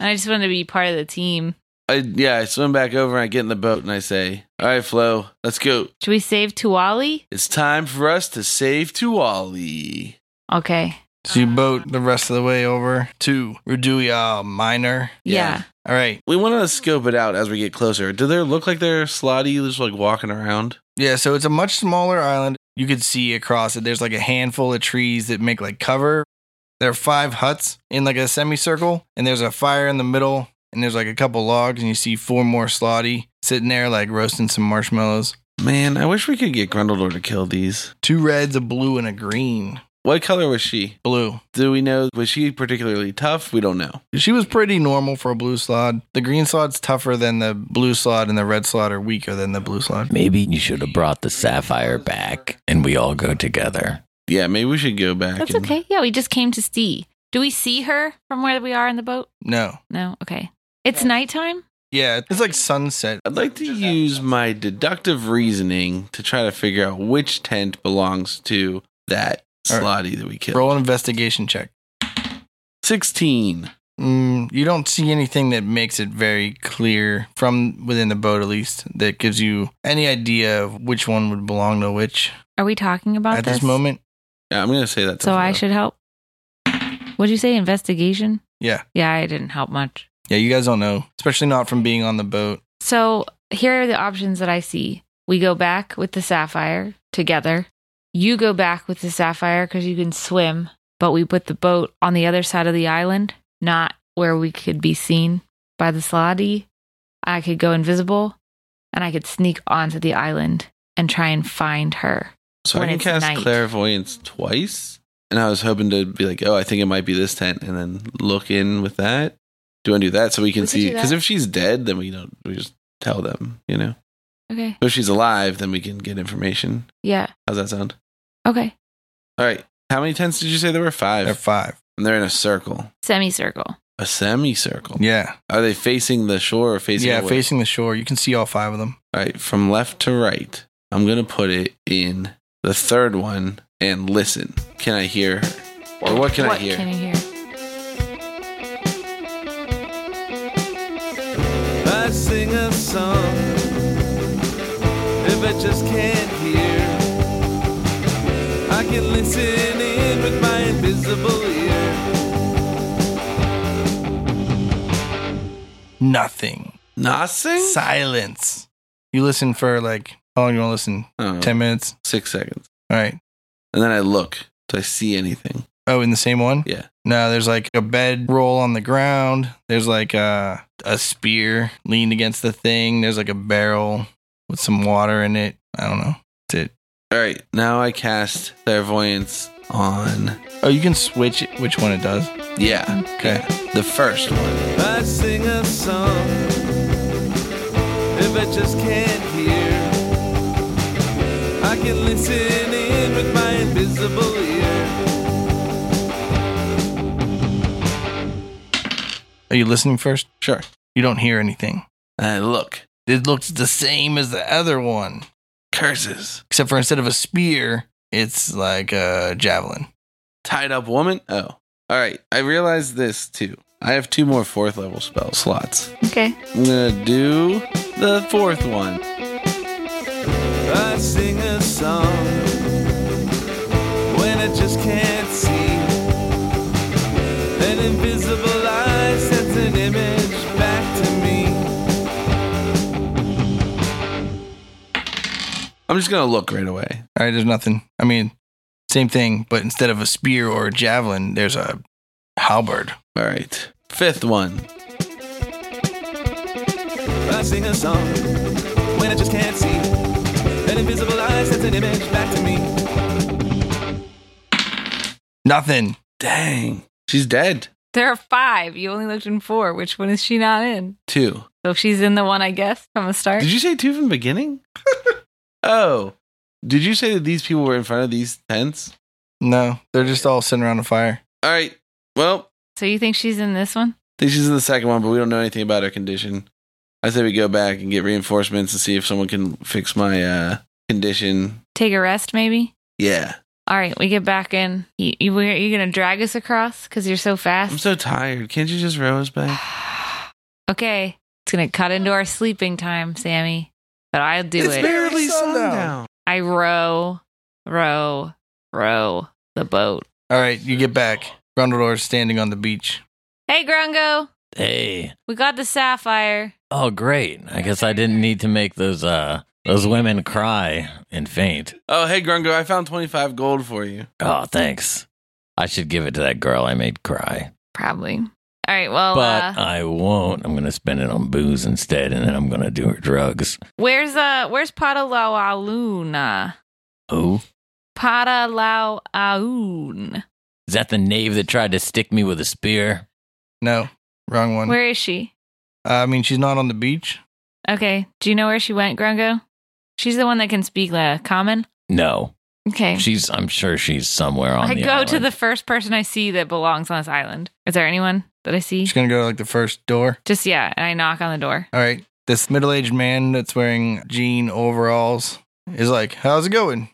Speaker 5: And I just want to be part of the team.
Speaker 6: I, yeah, I swim back over and I get in the boat and I say, All right, Flo, let's go.
Speaker 5: Should we save Tuwali?
Speaker 6: It's time for us to save Tuwali.
Speaker 5: Okay.
Speaker 2: So you boat the rest of the way over to Ruduya Minor.
Speaker 5: Yeah.
Speaker 6: Yeah.
Speaker 2: All right.
Speaker 6: We want to scope it out as we get closer. Do they look like they're slotty, just like walking around?
Speaker 2: Yeah, so it's a much smaller island. You could see across it. There's like a handful of trees that make like cover. There are five huts in like a semicircle, and there's a fire in the middle, and there's like a couple logs, and you see four more slotty sitting there like roasting some marshmallows.
Speaker 6: Man, I wish we could get Grundledor to kill these.
Speaker 2: Two reds, a blue, and a green.
Speaker 6: What color was she?
Speaker 2: Blue.
Speaker 6: Do we know? Was she particularly tough? We don't know.
Speaker 2: She was pretty normal for a blue slot. The green slot's tougher than the blue slot, and the red slot are weaker than the blue slot.
Speaker 3: Maybe you should have brought the sapphire back and we all go together.
Speaker 6: Yeah, maybe we should go back.
Speaker 5: That's
Speaker 6: and-
Speaker 5: okay. Yeah, we just came to see. Do we see her from where we are in the boat?
Speaker 2: No.
Speaker 5: No. Okay. It's nighttime.
Speaker 2: Yeah, it's like sunset.
Speaker 6: I'd like to use my deductive reasoning to try to figure out which tent belongs to that
Speaker 2: All right.
Speaker 6: slotty that we killed.
Speaker 2: Roll an investigation check.
Speaker 6: 16.
Speaker 2: Mm, you don't see anything that makes it very clear from within the boat, at least, that gives you any idea of which one would belong to which
Speaker 5: Are we talking about
Speaker 2: at this moment.
Speaker 6: Yeah, I'm going to say that.
Speaker 5: So I should help. What'd you say? Investigation?
Speaker 2: Yeah.
Speaker 5: Yeah, I didn't help much.
Speaker 2: Yeah, you guys don't know, especially not from being on the boat.
Speaker 5: So here are the options that I see. We go back with the sapphire together. You go back with the sapphire because you can swim, but we put the boat on the other side of the island, not where we could be seen by the Saladi. I could go invisible and I could sneak onto the island and try and find her.
Speaker 6: So I
Speaker 5: when
Speaker 6: can
Speaker 5: it's
Speaker 6: cast
Speaker 5: night.
Speaker 6: clairvoyance twice. And I was hoping to be like, oh, I think it might be this tent, and then look in with that. Do I do that so we can
Speaker 5: We could
Speaker 6: see?
Speaker 5: do
Speaker 6: Because
Speaker 5: that.
Speaker 6: if she's dead, then we don't. We just tell them, you know.
Speaker 5: Okay.
Speaker 6: But if she's alive, then we can get information.
Speaker 5: Yeah.
Speaker 6: How's that sound?
Speaker 5: Okay.
Speaker 6: All right. How many tents did you say there were? Five.
Speaker 2: They're five.
Speaker 6: and they're in a circle,
Speaker 5: Semicircle.
Speaker 6: a semicircle.
Speaker 2: Yeah.
Speaker 6: Are they facing the shore or facing?
Speaker 2: yeah,
Speaker 6: away?
Speaker 2: facing the shore. You can see all five of them.
Speaker 6: All right, from left to right. I'm gonna put it in the third one and listen. Can I hear? Her? Or what can I
Speaker 5: what
Speaker 6: hear?
Speaker 5: can I hear?
Speaker 6: I sing a song if I just can't hear. I can listen in with my invisible ear.
Speaker 2: Nothing.
Speaker 6: Nothing?
Speaker 2: Silence. You listen for like, how long you want to listen?
Speaker 6: Oh,
Speaker 2: 10 minutes?
Speaker 6: six seconds.
Speaker 2: All right.
Speaker 6: And then I look. Do I see anything?
Speaker 2: Oh, in the same one?
Speaker 6: Yeah.
Speaker 2: No, there's like a bed roll on the ground. There's like a, a spear leaned against the thing. There's like a barrel with some water in it. I don't know. That's it.
Speaker 6: All right, now I cast clairvoyance on.
Speaker 2: Oh, you can switch it, which one it does.
Speaker 6: Yeah,
Speaker 2: Okay.
Speaker 6: the first one.
Speaker 8: I sing a song if I just can't hear. I can listen in with my invisible ear.
Speaker 2: Are you listening first?
Speaker 6: Sure.
Speaker 2: You don't hear anything.
Speaker 6: And I look.
Speaker 2: It looks the same as the other one,
Speaker 6: Curses.
Speaker 2: except for instead of a spear, it's like a javelin.
Speaker 6: tied up woman. Oh, all right. I realized this too. I have two more fourth level spell slots.
Speaker 5: Okay.
Speaker 6: I'm gonna do the fourth one.
Speaker 8: I sing a song when I just can't see. An invisible eye sends an image back to me.
Speaker 6: I'm just gonna look right away.
Speaker 2: All right, there's nothing. I mean, same thing, but instead of a spear or a javelin, there's a halberd.
Speaker 6: All right. Fifth one.
Speaker 8: I sing a song when I just can't see. An invisible eye sends an image back to me.
Speaker 2: Nothing.
Speaker 6: Dang. She's dead.
Speaker 5: There are five. You only looked in four. Which one is she not in?
Speaker 6: Two.
Speaker 5: So if she's in the one, I guess, from the start.
Speaker 6: Did you say two from the beginning? oh. Did you say that these people were in front of these tents?
Speaker 2: No, they're just all sitting around a fire.
Speaker 6: All right. Well,
Speaker 5: so you think she's in this one?
Speaker 6: I think she's in the second one, but we don't know anything about her condition. I say we go back and get reinforcements and see if someone can fix my uh condition.
Speaker 5: Take a rest, maybe?
Speaker 6: Yeah.
Speaker 5: All right, we get back in. You, you, we're- you going to drag us across because you're so
Speaker 6: I'm
Speaker 5: fast?
Speaker 6: so tired. Can't you just row us back?
Speaker 5: okay. It's going to cut into our sleeping time, Sammy. But I'll do
Speaker 6: it's
Speaker 5: it.
Speaker 6: barely
Speaker 2: sundown.
Speaker 6: sundown.
Speaker 5: I row, row, row the boat.
Speaker 2: All right, you get back. Grundledor's standing on the beach.
Speaker 5: Hey, Grungo.
Speaker 3: Hey.
Speaker 5: We got the sapphire.
Speaker 3: Oh great. I guess I didn't need to make those uh those women cry and faint.
Speaker 6: Oh, hey, Grungo, I found 25 gold for you.
Speaker 3: Oh, thanks. I should give it to that girl I made cry.
Speaker 5: Probably. All right, well,
Speaker 3: but
Speaker 5: uh,
Speaker 3: I won't. I'm going to spend it on booze instead, and then I'm going to do her drugs.
Speaker 5: where's uh where's Padalawaluna?
Speaker 3: Who?
Speaker 5: Para Lau Aun.
Speaker 3: Is that the knave that tried to stick me with a spear?
Speaker 2: No, wrong one. Uh,
Speaker 5: Where is she?
Speaker 2: I mean, she's not on the beach.
Speaker 5: Okay. Do you know where she went, Grungo? She's the one that can speak uh, common.
Speaker 3: No,
Speaker 5: Okay.
Speaker 3: she's. I'm sure she's somewhere on
Speaker 5: I
Speaker 3: the.
Speaker 5: go to
Speaker 3: island.
Speaker 5: the first person I see that belongs on this island. Is there anyone that I see?
Speaker 2: She's gonna go to like the first door.
Speaker 5: Just yeah, and I knock on the door.
Speaker 2: All right, this middle-aged man that's wearing jean overalls is like, "How's it going?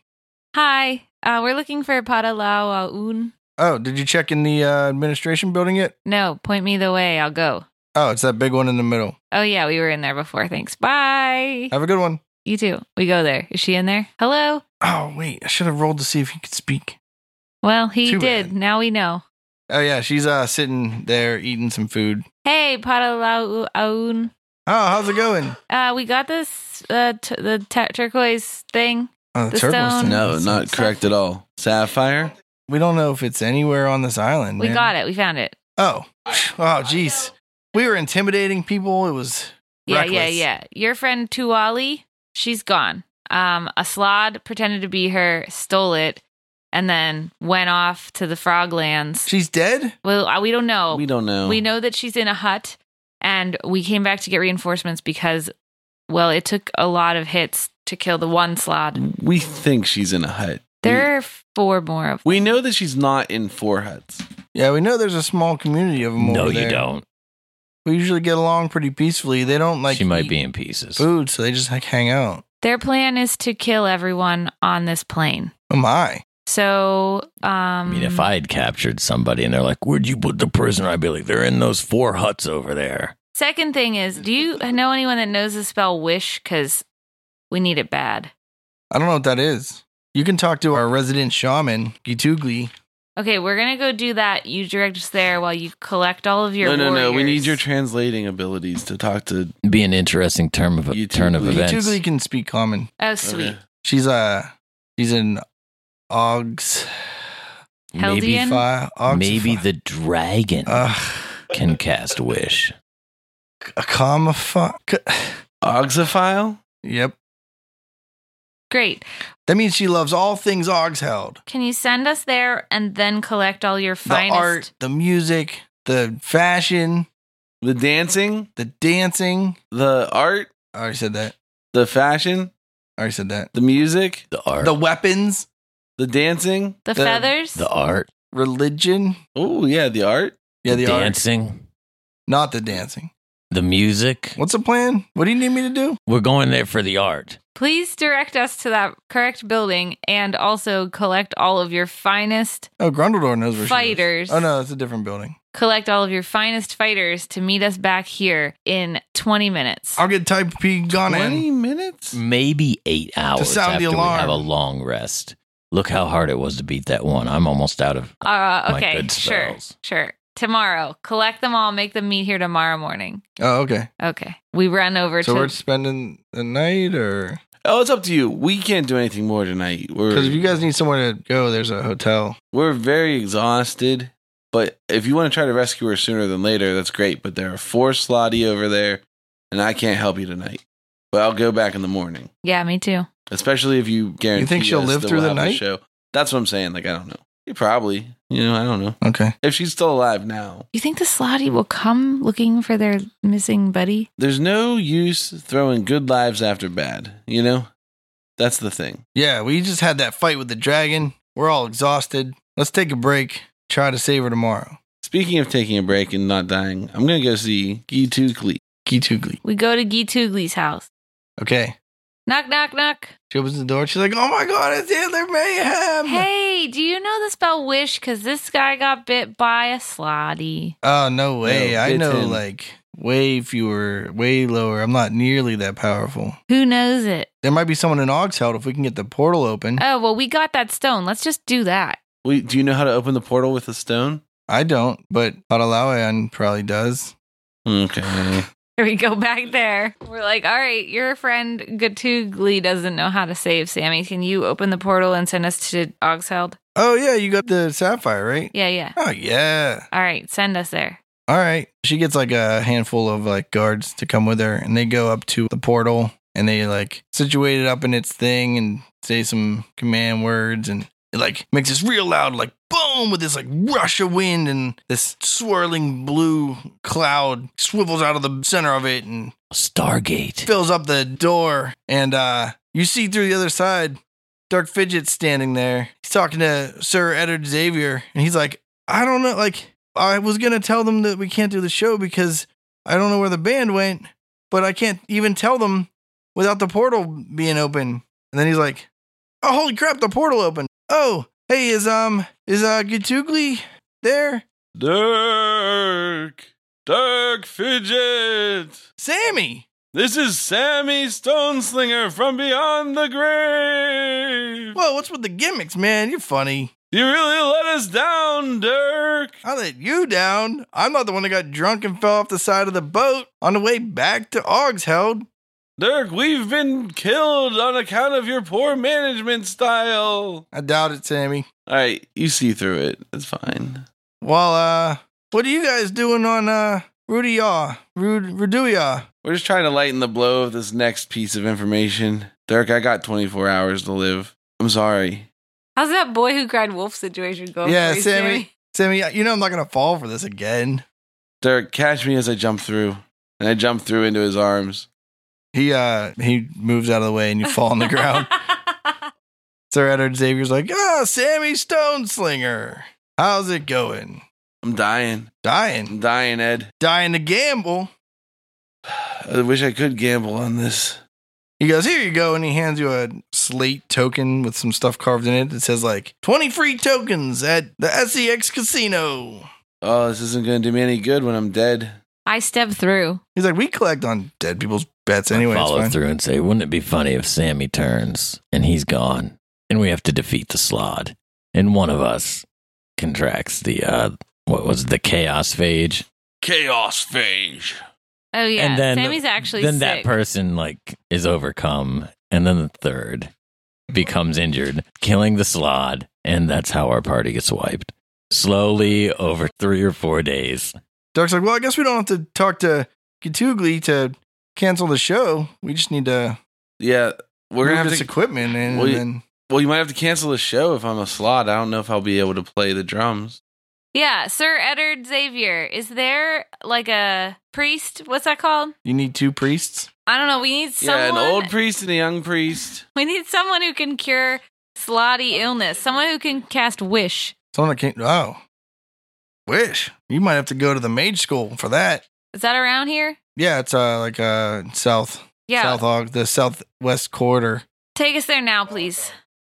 Speaker 5: Hi. Uh, we're looking for Para Lau Aun.
Speaker 2: Oh, did you check in the uh, administration building yet?
Speaker 5: No, point me the way. I'll go.
Speaker 2: Oh, it's that big one in the middle.
Speaker 5: Oh yeah, we were in there before. Thanks. Bye.
Speaker 3: Oh.
Speaker 2: Have a good one."
Speaker 5: You too. We go there. Is she in there? Hello.
Speaker 2: Oh wait, I should have rolled to see if he could speak.
Speaker 5: Well, he
Speaker 2: Too
Speaker 5: did.
Speaker 2: bad.
Speaker 5: Now we know.
Speaker 2: Oh yeah, she's uh sitting there eating some food.
Speaker 5: Hey, Para Lau Aun.
Speaker 2: Oh, how's it going?
Speaker 5: Uh, we got this uh t- the tu- turquoise thing.
Speaker 2: Oh,
Speaker 5: The
Speaker 2: turtle's
Speaker 5: stone.
Speaker 2: doing
Speaker 6: No,
Speaker 2: this.
Speaker 6: not correct at all. Sapphire?
Speaker 2: We don't know if it's anywhere on this island.
Speaker 5: We
Speaker 2: man.
Speaker 5: got it. We found it.
Speaker 2: Oh, oh, jeez. We were intimidating people. It was
Speaker 5: Yeah, yeah,
Speaker 2: reckless.
Speaker 5: yeah. Your friend Tuwali, she's gone. Um, Aslad pretended to be her, stole it, and then went off to the frog lands.
Speaker 2: She's dead.
Speaker 5: Well, uh, we don't know.
Speaker 6: We don't know.
Speaker 5: We know that she's in a hut, and we came back to get reinforcements because, well, it took a lot of hits to kill the one Slod.
Speaker 6: We think she's in a hut.
Speaker 5: There are four more of.
Speaker 6: We, we know that she's not in four huts.
Speaker 2: Yeah, we know there's a small community of them.
Speaker 3: No,
Speaker 2: over
Speaker 3: you
Speaker 2: there.
Speaker 3: don't.
Speaker 2: We usually get along pretty peacefully. They don't like
Speaker 3: she might
Speaker 2: eat
Speaker 3: be in pieces.
Speaker 2: food, so they just like hang out.
Speaker 5: Their plan is to kill everyone on this plane.
Speaker 2: Oh my!
Speaker 5: So, um,
Speaker 3: I mean, if I had captured somebody and they're like, "Where'd you put the prisoner?" I'd be like, "They're in those four huts over there."
Speaker 5: Second thing is, do you know anyone that knows the spell wish? Because we need it bad.
Speaker 2: I don't know what that is. You can talk to our resident shaman, Gitugli.
Speaker 5: Okay, we're gonna go do that. You direct us there while you collect all of your.
Speaker 6: no, no, no. We need
Speaker 5: warriors.
Speaker 6: your translating abilities to talk to.
Speaker 3: Be an interesting term of
Speaker 6: You
Speaker 3: turn of
Speaker 6: too,
Speaker 3: events.
Speaker 2: Gitugli can speak common.
Speaker 5: oh, sweet.
Speaker 6: Okay.
Speaker 2: She's a she's an ogs
Speaker 5: Heldian?
Speaker 3: Maybe,
Speaker 2: fi, ogs
Speaker 3: maybe the dragon
Speaker 2: uh,
Speaker 3: can cast wish.
Speaker 2: a comma fi, c-
Speaker 6: uh, Oxophile?
Speaker 2: Yep,
Speaker 5: Great.
Speaker 2: that means she loves all things ogs held.
Speaker 5: Can you send us there and then collect all your
Speaker 2: The
Speaker 5: finest?
Speaker 2: art, the music, the fashion,
Speaker 6: The dancing?
Speaker 2: the dancing.
Speaker 6: The art?
Speaker 2: I already said that.
Speaker 6: The fashion?
Speaker 2: I already said that.
Speaker 6: The music?
Speaker 3: The art,
Speaker 2: The
Speaker 3: the,
Speaker 2: weapons,
Speaker 6: The dancing?
Speaker 5: the, feathers.
Speaker 3: art,
Speaker 2: religion.
Speaker 6: Oh, yeah, the art.
Speaker 2: Yeah, the art.
Speaker 3: dancing,
Speaker 2: Not the dancing.
Speaker 3: the music.
Speaker 2: What's the plan? What do you need me to do?
Speaker 3: We're going there for the art.
Speaker 5: Please direct us to that correct building and also collect all of your finest.
Speaker 2: Oh, Grundledor knows where she is.
Speaker 5: Fighters.
Speaker 2: Oh no, that's a different building.
Speaker 5: Collect all of your finest fighters to meet us back here in twenty minutes.
Speaker 2: I'll get Type P gone
Speaker 6: 20
Speaker 2: in.
Speaker 6: minutes?
Speaker 3: Maybe eight hours
Speaker 2: sound the
Speaker 3: after we have a
Speaker 2: alarm.
Speaker 3: long rest. Look how hard it was to beat that one. I'm almost out of.
Speaker 5: Uh,
Speaker 3: my
Speaker 5: okay,
Speaker 3: good
Speaker 5: sure,
Speaker 3: spells.
Speaker 5: sure. Tomorrow, collect them all. Make them meet here tomorrow morning.
Speaker 2: Oh, okay.
Speaker 5: Okay, we run over
Speaker 2: So
Speaker 5: to.
Speaker 2: we're spending the night, or
Speaker 6: Oh, it's up to you. We can't do anything more tonight. We're
Speaker 2: because if you guys need somewhere to go, there's a hotel.
Speaker 6: we're very exhausted. But if you want to try to rescue her sooner than later, that's great. But there are four slotty over there, and I can't help you tonight. But I'll go back in the morning,
Speaker 5: yeah, me too.
Speaker 6: especially if you guarantee.
Speaker 2: she'll
Speaker 6: us
Speaker 2: live
Speaker 6: that
Speaker 2: through
Speaker 6: we'll
Speaker 2: the
Speaker 6: have
Speaker 2: night?
Speaker 6: Show. That's what I'm saying. Like I don't know. You probably. You know I don't know
Speaker 2: Okay.
Speaker 6: if she's still alive now.
Speaker 5: You think the slotty will come looking for their missing buddy?
Speaker 6: There's no use throwing good lives after bad. You know, that's the thing.
Speaker 2: Yeah, we just had that fight with the dragon. We're all exhausted. Let's take a break. Try to save her tomorrow.
Speaker 6: Speaking of taking a break and not dying, I'm gonna go see Gitu Klee.
Speaker 2: Gitugli.
Speaker 5: We go to Gee Toogley's house.
Speaker 2: Okay.
Speaker 5: Knock, knock, knock.
Speaker 2: She opens the door. She's like, "Oh my god, it's Hitler mayhem!"
Speaker 5: Hey, do you know the spell wish? Because this guy got bit by a slotty.
Speaker 2: Oh no way! I
Speaker 6: it's
Speaker 2: know
Speaker 6: him.
Speaker 2: like way fewer, way lower. I'm not nearly that powerful.
Speaker 5: Who knows it?
Speaker 2: There might be someone in Oxheld if we can get the portal
Speaker 3: Mm.
Speaker 2: open.
Speaker 5: Oh well, we got that stone. Let's just do that.
Speaker 6: Wait, do you know how to open the portal with a stone?
Speaker 2: I don't, but Padalawayan probably does.
Speaker 6: Okay.
Speaker 5: Here we go back there. We're like, all right, your friend Gatugli doesn't know how to save Sammy. Can you open the portal and send us to Oxheld?
Speaker 2: Oh yeah, you got the sapphire, right?
Speaker 5: Yeah, yeah.
Speaker 2: Oh yeah.
Speaker 5: All right, send us there.
Speaker 2: All right. She gets like a handful of like guards to come with her, and they go up to the portal. and they like situate it up in its thing and say some command words and it like makes this real loud like boom with this like rush of wind and this swirling blue cloud swivels out of the center of it and
Speaker 3: Stargate.
Speaker 2: fills up the door and uh you see through the other side dark fidget standing there he's talking to sir edward xavier and he's like i don't know like i was gonna tell them that we can't do the show because i don't know where the band went but i can't even tell them without the portal being open and then he's like oh holy crap the portal opened oh hey is um is uh Gutugli there
Speaker 6: Dirk! Dirk Fidget!
Speaker 2: sammy
Speaker 6: This is Sammy Stoneslinger from Beyond the Grave!
Speaker 2: whoa what's with the gimmicks man you're funny
Speaker 6: You really let us down, Dirk!
Speaker 2: I let you down. I'm not the one that got drunk and fell off the side of the boat on the way back to Augsheld.
Speaker 6: Dirk, we've been killed on account of your poor management style!
Speaker 2: I doubt it, Sammy.
Speaker 6: Alright, you see through it. It's fine.
Speaker 2: Well, uh, what are you guys doing on, uh, Rudy Yaw? Rud- Ruduya?
Speaker 6: We're just trying to lighten the blow of this next piece of information. Dirk, I got 24 hours to live. I'm sorry.
Speaker 5: How's that boy who cried wolf situation going?
Speaker 2: Yeah,
Speaker 5: for you,
Speaker 2: Sammy. Sammy, you know I'm not gonna fall for this again.
Speaker 6: Dirk, catch me as I jump through. And I jump through into his arms.
Speaker 2: He, uh, he moves out of the way and you fall on the ground. Sir Edward Xavier's like, ah, Sammy Stoneslinger. How's it going?
Speaker 6: I'm dying.
Speaker 2: Dying.
Speaker 6: I'm dying, Ed.
Speaker 2: Dying to gamble.
Speaker 6: I wish I could gamble on this.
Speaker 2: He goes, Here you go. And he hands you a slate token with some stuff carved in it that says, like, 20 free tokens at the SEX casino.
Speaker 6: Oh, this isn't going to do me any good when I'm dead.
Speaker 5: I step through.
Speaker 2: He's like, We collect on dead people's bets anyway. it's
Speaker 3: follow
Speaker 2: fine."
Speaker 3: through and say, wouldn't it be funny if Sammy turns and he's gone and we have to defeat the slod and one of us contracts the uh what was it, the chaos phage
Speaker 6: Chaos phage.
Speaker 5: Oh yeah,
Speaker 3: and then
Speaker 5: Sammy's actually
Speaker 3: then
Speaker 5: sick.
Speaker 3: that person like is overcome and then the third becomes injured killing the slod and that's how our party gets wiped slowly over 3 or 4 days
Speaker 2: Dark's like, Well, I guess we don't have to talk to Gatugli to cancel the show. We just need to
Speaker 6: Yeah, we're
Speaker 2: move
Speaker 6: going to
Speaker 2: this
Speaker 6: have to.
Speaker 2: equipment. And,
Speaker 6: Well, you-
Speaker 2: then
Speaker 6: Well, you might have to cancel the show if I'm a slot. I don't know if I'll be able to play the drums.
Speaker 5: yeah, Sir Edward Xavier. Is there like a priest? What's that called?
Speaker 2: you need two priests.
Speaker 5: I don't know. We need
Speaker 6: Yeah,
Speaker 5: someone.
Speaker 6: an old priest and a young priest.
Speaker 5: we need someone who can cure slotty illness. Someone who can cast wish.
Speaker 2: Someone that can't. Oh. Wish. You might have to go to the mage school for that.
Speaker 5: Is that around here?
Speaker 2: Yeah, it's uh like uh south
Speaker 5: Yeah.
Speaker 2: south Aug the southwest quarter.
Speaker 5: Take us there now, please.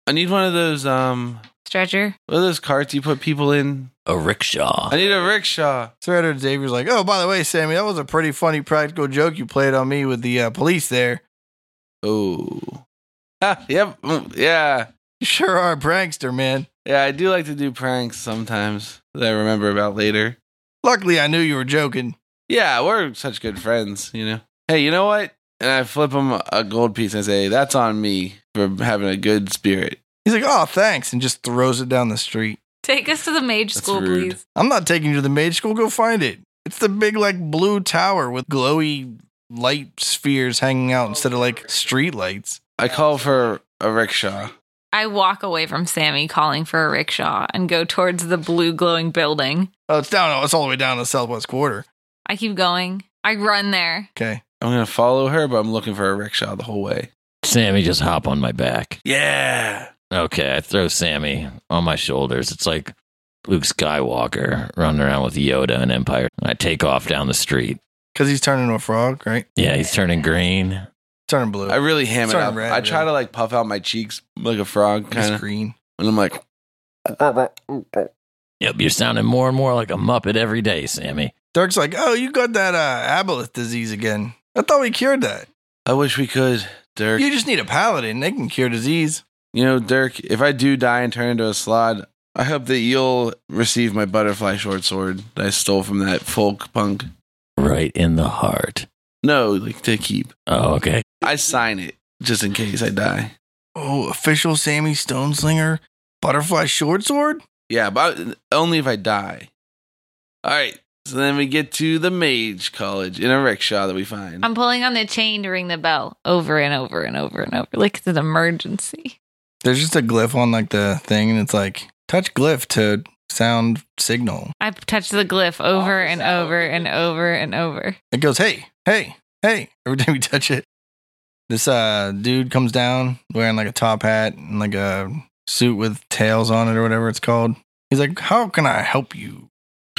Speaker 6: I need one of those, um,
Speaker 5: Stretcher.
Speaker 6: what are those carts you put people in?
Speaker 3: a rickshaw
Speaker 6: I need a rickshaw.
Speaker 2: Sir Edward Xavier's like, oh, by the way, Sammy, that was a pretty funny practical joke you played on me with the uh, police there.
Speaker 6: Oh. Ah, yep. mm, Yeah.
Speaker 2: You sure are a prankster, man.
Speaker 6: Yeah, I do like to do pranks sometimes that I remember about later.
Speaker 2: Luckily, I knew you were joking.
Speaker 6: Yeah, we're such good friends, you know. Hey, you know what? And I flip him a gold piece and I say, that's on me for having a good spirit.
Speaker 2: He's like, oh, thanks, and just throws it down the street.
Speaker 5: Take us to the mage
Speaker 6: That's
Speaker 5: school,
Speaker 6: rude.
Speaker 5: please.
Speaker 2: I'm not taking you to the mage school. Go find it. It's the big, like, blue tower with glowy light spheres hanging out instead of, like, street lights.
Speaker 6: I call for a rickshaw.
Speaker 5: I walk away from Sammy calling for a rickshaw and go towards the blue glowing building.
Speaker 2: Oh, it's down. Oh, it's all the way down the southwest quarter.
Speaker 5: I keep going. I run there.
Speaker 2: Okay.
Speaker 6: I'm going to follow her, but I'm looking for a rickshaw the whole way.
Speaker 3: sammy just hop on my back
Speaker 6: Yeah.
Speaker 3: Okay, I throw Sammy on my shoulders. It's like Luke Skywalker running around with Yoda in Empire. I take off down the street.
Speaker 2: Because he's turning into a frog, right?
Speaker 3: Yeah, he's turning green.
Speaker 2: Turning blue.
Speaker 6: I really ham it
Speaker 2: Sorry,
Speaker 6: up.
Speaker 2: Brad,
Speaker 6: I try
Speaker 2: really.
Speaker 6: to like puff out my cheeks like a frog,
Speaker 2: He's
Speaker 6: kind of.
Speaker 2: green.
Speaker 6: And I'm like,
Speaker 3: Yep, you're sounding more and more like a Muppet every day, Sammy.
Speaker 2: Dirk's like, oh, you got that uh, aboleth disease again. I thought we cured that.
Speaker 6: I wish we could, Dirk.
Speaker 2: You just need a paladin. They can cure disease.
Speaker 6: You know, Dirk, if I do die and turn into a slod, I hope that you'll receive my butterfly short sword that I stole from that folk punk.
Speaker 3: Right in the heart.
Speaker 6: No, like to keep.
Speaker 3: Oh, okay.
Speaker 6: I sign it just in case I die.
Speaker 2: Oh, official Sammy Stoneslinger butterfly short sword?
Speaker 6: Yeah, but only if I die. All right, So then we get to the Mage College in a rickshaw that we find.
Speaker 5: I'm pulling on the chain to ring the bell over and over and over and over. Like it's an emergency.
Speaker 2: There's just a glyph on like the thing, and it's like touch glyph to sound signal.
Speaker 5: I've touched the glyph over and over and over and over.
Speaker 2: It goes, hey, hey, hey, every time you touch it. This uh dude comes down wearing like a top hat and like a suit with tails on it or whatever it's called. He's like, How can I help you?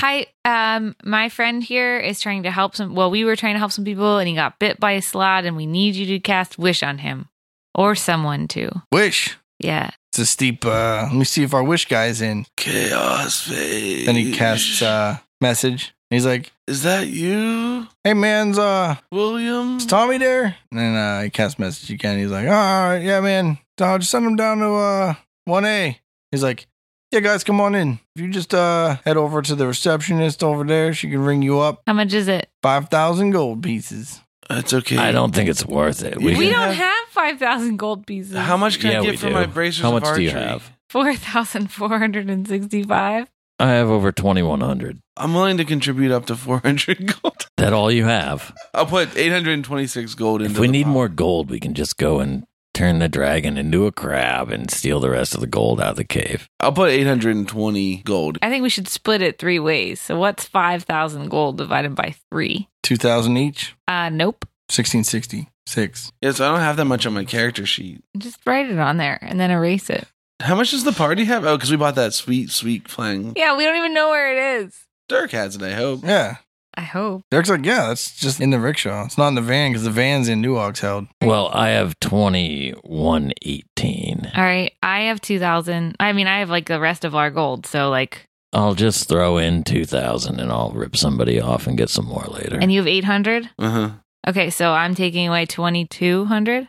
Speaker 5: Hi, um, my friend here is trying to help some. Well, we were trying to help some people, and he got bit by a slot, and we need you to cast wish on him or someone too.
Speaker 2: Wish.
Speaker 5: Yeah,
Speaker 2: It's a steep uh let me see if our wish guy's in.
Speaker 6: Chaos Phase.
Speaker 2: Then he casts uh message. He's like,
Speaker 6: Is that you,
Speaker 2: Hey man's uh
Speaker 6: William?
Speaker 2: is Tommy there? And then uh he casts message again. He's like, Alright, yeah man. I'll just send him down to uh one A. He's like, Yeah guys, come on in. If you just uh head over to the receptionist over there, she can ring you up.
Speaker 5: how much is it?
Speaker 2: Five thousand gold pieces.
Speaker 6: That's okay.
Speaker 3: I don't think it's worth it.
Speaker 5: We,
Speaker 6: We can
Speaker 5: don't
Speaker 6: have-
Speaker 5: have five thousand gold pieces.
Speaker 6: How much can
Speaker 3: Yeah,
Speaker 6: I
Speaker 3: we
Speaker 6: get for
Speaker 3: do.
Speaker 6: my bracers?
Speaker 3: How
Speaker 6: of
Speaker 3: much do you
Speaker 6: archery?
Speaker 3: have?
Speaker 5: Four thousand four hundred and sixty-five.
Speaker 3: I have over 2,100.
Speaker 6: I'm willing to contribute up to 400 gold.
Speaker 3: That all you have?
Speaker 6: I'll put 826 gold into.
Speaker 3: If we
Speaker 6: the
Speaker 3: need
Speaker 6: pot.
Speaker 3: more gold, we can just go and turn the dragon into a crab and steal the rest of the gold out of the cave.
Speaker 6: I'll put 820 gold.
Speaker 5: I think we should split it three ways. So what's five thousand gold divided by three?
Speaker 2: Two thousand each.
Speaker 5: Uh, nope.
Speaker 2: Sixteen sixty six.
Speaker 6: Yeah, so I don't have that much on my character sheet.
Speaker 5: Just write it on there and then erase it.
Speaker 6: How much does the party have? Oh, because we bought that sweet, sweet flying.
Speaker 5: Yeah, we don't even know where it is.
Speaker 6: Dirk has it, I hope.
Speaker 2: Yeah.
Speaker 5: I hope.
Speaker 2: Derek's like, yeah, that's just in the rickshaw. It's not in the van because the van's in New Oxheld.
Speaker 3: Well, I have 2118.
Speaker 5: All right. I have 2,000. I mean, I have like the rest of our gold. So, like,
Speaker 3: I'll just throw in 2000 and I'll rip somebody off and get some more later.
Speaker 5: and you have 800?
Speaker 6: Uh huh.
Speaker 5: Okay. So I'm taking away 2,200.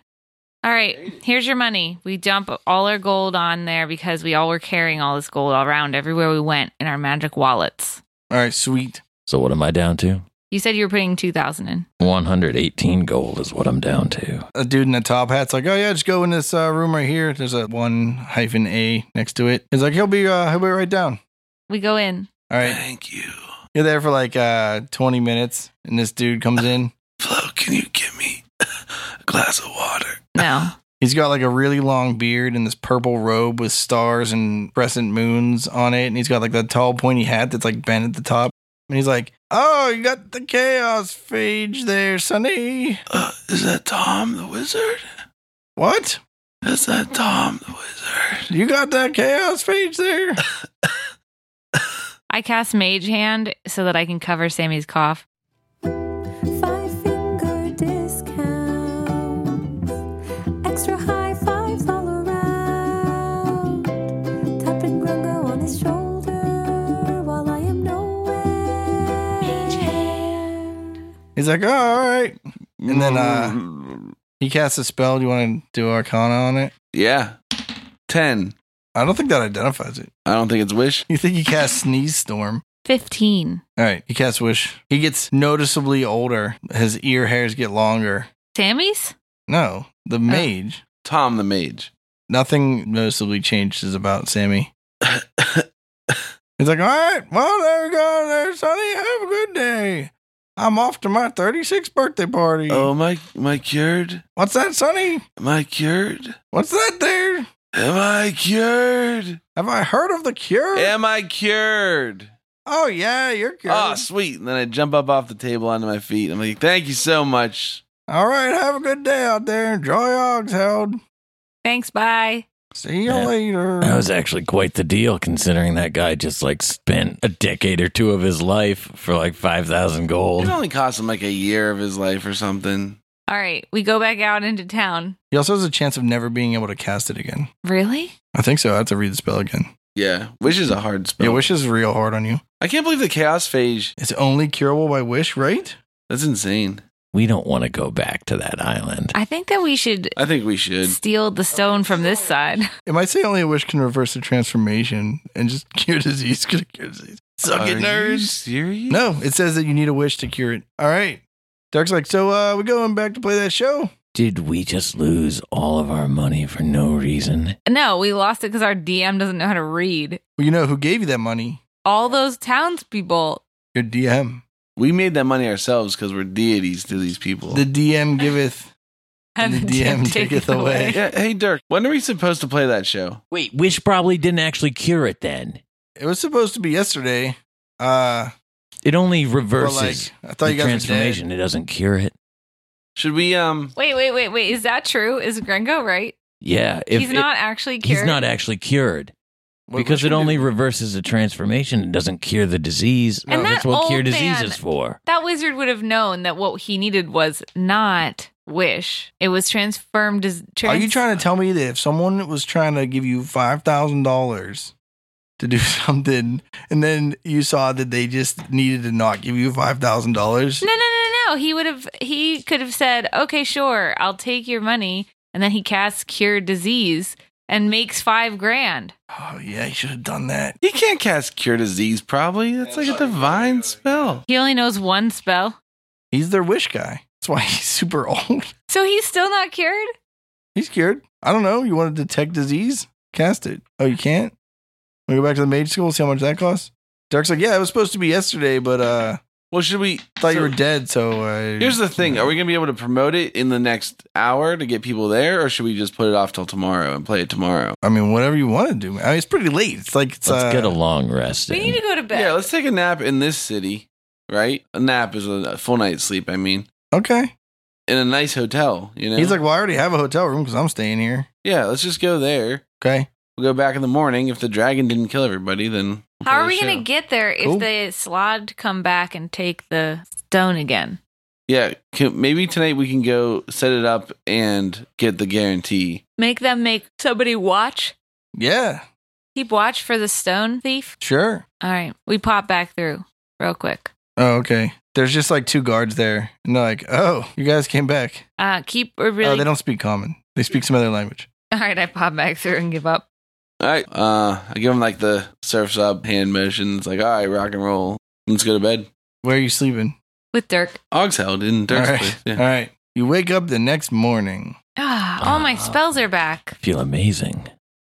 Speaker 5: All right. Here's your money. We dump all our gold on there because we all were carrying all this gold all around everywhere we went in our magic wallets.
Speaker 2: All right, sweet.
Speaker 3: so what am I down to?
Speaker 5: You said you were putting 2,000 in.
Speaker 3: 118 gold is what I'm down to.
Speaker 2: A dude in a top hat's like, oh yeah, just go in this uh, room right here. There's a one hyphen A next to it. He's like, he'll be uh, he'll be right down.
Speaker 5: We go in.
Speaker 2: All right,
Speaker 6: Thank you.
Speaker 2: you're there for like uh, 20 minutes, and this dude comes in.
Speaker 6: Flo, can you give me a glass of water?
Speaker 5: No.
Speaker 2: He's got like a really long beard and this purple robe with stars and crescent moons on it. And he's got like that tall pointy hat that's like bent at the top. And he's like, Oh, you got the chaos phage there, Sonny.
Speaker 6: Uh, is that Tom the Wizard?
Speaker 2: What?
Speaker 6: Is that Tom the Wizard?
Speaker 2: You got that chaos phage there?
Speaker 5: I cast Mage Hand so that I can cover Sammy's cough.
Speaker 4: Five finger discounts, extra high fives all around. Tapping Grungo on his shoulder while I am nowhere.
Speaker 2: He's like, oh, All right. And then,
Speaker 6: Mm,
Speaker 2: uh, He casts a spell. Do you want to do Arcana on it?
Speaker 6: yeah, ten.
Speaker 2: I don't think that identifies it.
Speaker 6: I don't think it's wish.
Speaker 2: You think he casts Sneeze Storm?
Speaker 5: 15.
Speaker 2: All right, he casts Wish. He gets noticeably older. His ear hairs get longer.
Speaker 5: Sammy's?
Speaker 2: No, the mage.
Speaker 6: Tom the Mage.
Speaker 2: nothing noticeably changes about Sammy. He's like, all right, well, there we go, there, Sonny. Have a good day. I'm off to my 36th birthday party.
Speaker 6: Oh my, my cured.
Speaker 2: What's that, Sonny?
Speaker 6: Am I cured?
Speaker 2: What's that there?
Speaker 6: Am I cured?
Speaker 2: Have I heard of the cure?
Speaker 6: Am I cured?
Speaker 2: Oh, yeah, you're cured.
Speaker 6: Oh, sweet. And then I jump up off the table onto my feet. I'm like, thank you so much.
Speaker 2: All right, have a good day out there. Enjoy Oxheld.
Speaker 5: Thanks. Bye.
Speaker 2: See you
Speaker 3: Yeah.
Speaker 2: later.
Speaker 3: That was actually quite the deal considering that guy just like spent a decade or two of his life for like 5,000
Speaker 6: It
Speaker 3: gold.
Speaker 6: only cost him like a year of his life or something.
Speaker 5: All right, we go back out into town.
Speaker 2: he also has a chance of never being able to cast it again.
Speaker 5: Really?
Speaker 2: I think so. I have to read the spell again.
Speaker 6: Yeah. Wish is a hard spell.
Speaker 2: Yeah, Wish is real hard on you.
Speaker 6: I can't believe the chaos phage.
Speaker 2: It's only curable by Wish, right?
Speaker 6: That's insane.
Speaker 3: We don't want to go back to that island.
Speaker 5: I think that we should
Speaker 6: I think we should.
Speaker 5: steal the stone from this side.
Speaker 2: It might say only a wish can reverse the transformation and just cure disease. Cure disease. Suck it,
Speaker 6: Are You
Speaker 2: nerds.
Speaker 6: serious?
Speaker 2: No, it says that you need a wish to cure it. All right. Dark's like, so uh, we going back to play that show?
Speaker 3: Did we just lose all of our money for no reason?
Speaker 5: No, we lost it because our DM doesn't know how to read.
Speaker 2: Well, you know who gave you that money?
Speaker 5: All those townspeople
Speaker 2: Your DM.
Speaker 6: We made that money ourselves because we're deities to these people.
Speaker 2: The DM giveth. And the DM taketh away.
Speaker 6: yeah, hey Dirk, when are we supposed to play that show?
Speaker 3: Wait, Wish probably didn't actually cure it then.
Speaker 2: It was supposed to be yesterday. Uh,
Speaker 3: It only
Speaker 2: but
Speaker 3: reverses
Speaker 2: like I thought you
Speaker 3: the
Speaker 2: guys
Speaker 3: transformation.
Speaker 2: were
Speaker 3: It doesn't cure it.
Speaker 6: Should we um
Speaker 5: Wait, wait, wait, wait. Is that true? Is Grengo right?
Speaker 3: Yeah, if
Speaker 5: he's
Speaker 3: it-
Speaker 5: not actually
Speaker 3: he's
Speaker 5: cured.
Speaker 3: not actually cured
Speaker 2: dead. What-
Speaker 3: because
Speaker 2: what
Speaker 3: it
Speaker 2: you
Speaker 3: only
Speaker 2: do?
Speaker 3: reverses the transformation. It doesn't cure the disease.
Speaker 5: And
Speaker 3: that's
Speaker 5: that
Speaker 3: what cure
Speaker 5: old
Speaker 3: disease
Speaker 5: man-
Speaker 3: is for.
Speaker 5: that wizard would have known that what he needed was not wish. It was transformed as.
Speaker 2: Are
Speaker 5: Trans-
Speaker 2: you trying to tell me that if someone was trying to give you five thousand dollars to do something, and then you saw that they just needed to not give you five thousand dollars?
Speaker 5: No, no, no, no. He would have. He could have said, "Okay, sure, I'll take your money," and then he casts cure disease and makes five grand.
Speaker 2: Oh yeah, you should have done that.
Speaker 6: He can't cast cure disease probably. That's like a divine spell.
Speaker 5: He only knows one spell,
Speaker 2: He's their wish guy. That's why he's super old.
Speaker 5: so he's still not cured.
Speaker 2: He's cured. I don't know. You want to detect disease? Cast it. Oh, you can't? We go back to the mage school, see how much that costs? Dark's like, yeah, it was supposed to be yesterday, but uh
Speaker 6: Well, should we
Speaker 2: thought you
Speaker 6: so-
Speaker 2: were dead, so uh,
Speaker 6: Here's the thing: Are we going to be able to promote it in the next hour to get people there, or should we just put it off till tomorrow and play it tomorrow?
Speaker 2: I mean, whatever you want to do, man. I mean, it's pretty late. It's like it's
Speaker 3: Let's
Speaker 2: uh,
Speaker 3: get a long rest.
Speaker 5: We
Speaker 3: in.
Speaker 5: need to go to bed.
Speaker 6: Yeah, let's take a nap in this city, right? A nap is a, a full night's sleep. I mean,
Speaker 2: okay.
Speaker 6: in a nice hotel. You know,
Speaker 2: He's like, well, I already have a hotel room because I'm staying here.
Speaker 6: yeah, let's just go there.
Speaker 2: Okay,
Speaker 6: We'll go back in the morning. If the dragon didn't kill everybody, then we'll
Speaker 5: How
Speaker 6: play
Speaker 5: are
Speaker 6: the
Speaker 5: we going
Speaker 6: show.
Speaker 5: to get there if
Speaker 2: Cool.
Speaker 5: the slod come back and take the stone again?
Speaker 6: Yeah, can, maybe tonight we can go set it up and get the guarantee.
Speaker 5: Make them make somebody watch.
Speaker 2: yeah,
Speaker 5: Keep watch for the stone thief.
Speaker 2: sure.
Speaker 5: All right, we pop back through real quick.
Speaker 2: Oh, okay. There's just like two guards there, and they're like, oh, you guys came back.
Speaker 5: Uh, keep or really.
Speaker 2: Oh, they don't speak common. They speak some other language.
Speaker 5: All right, I pop back through and give up.
Speaker 6: All right, uh, I give him like the surfs up hand motion. It's like, all right, rock and roll. Let's go to bed.
Speaker 2: Where are you sleeping?
Speaker 5: with Dirk.
Speaker 6: Og's held in Dirk's
Speaker 2: All right.
Speaker 6: place.
Speaker 2: All
Speaker 6: Yeah.
Speaker 2: right. You wake up the next morning.
Speaker 5: Ah, all my
Speaker 3: Ah.
Speaker 5: spells are back.
Speaker 3: feel amazing.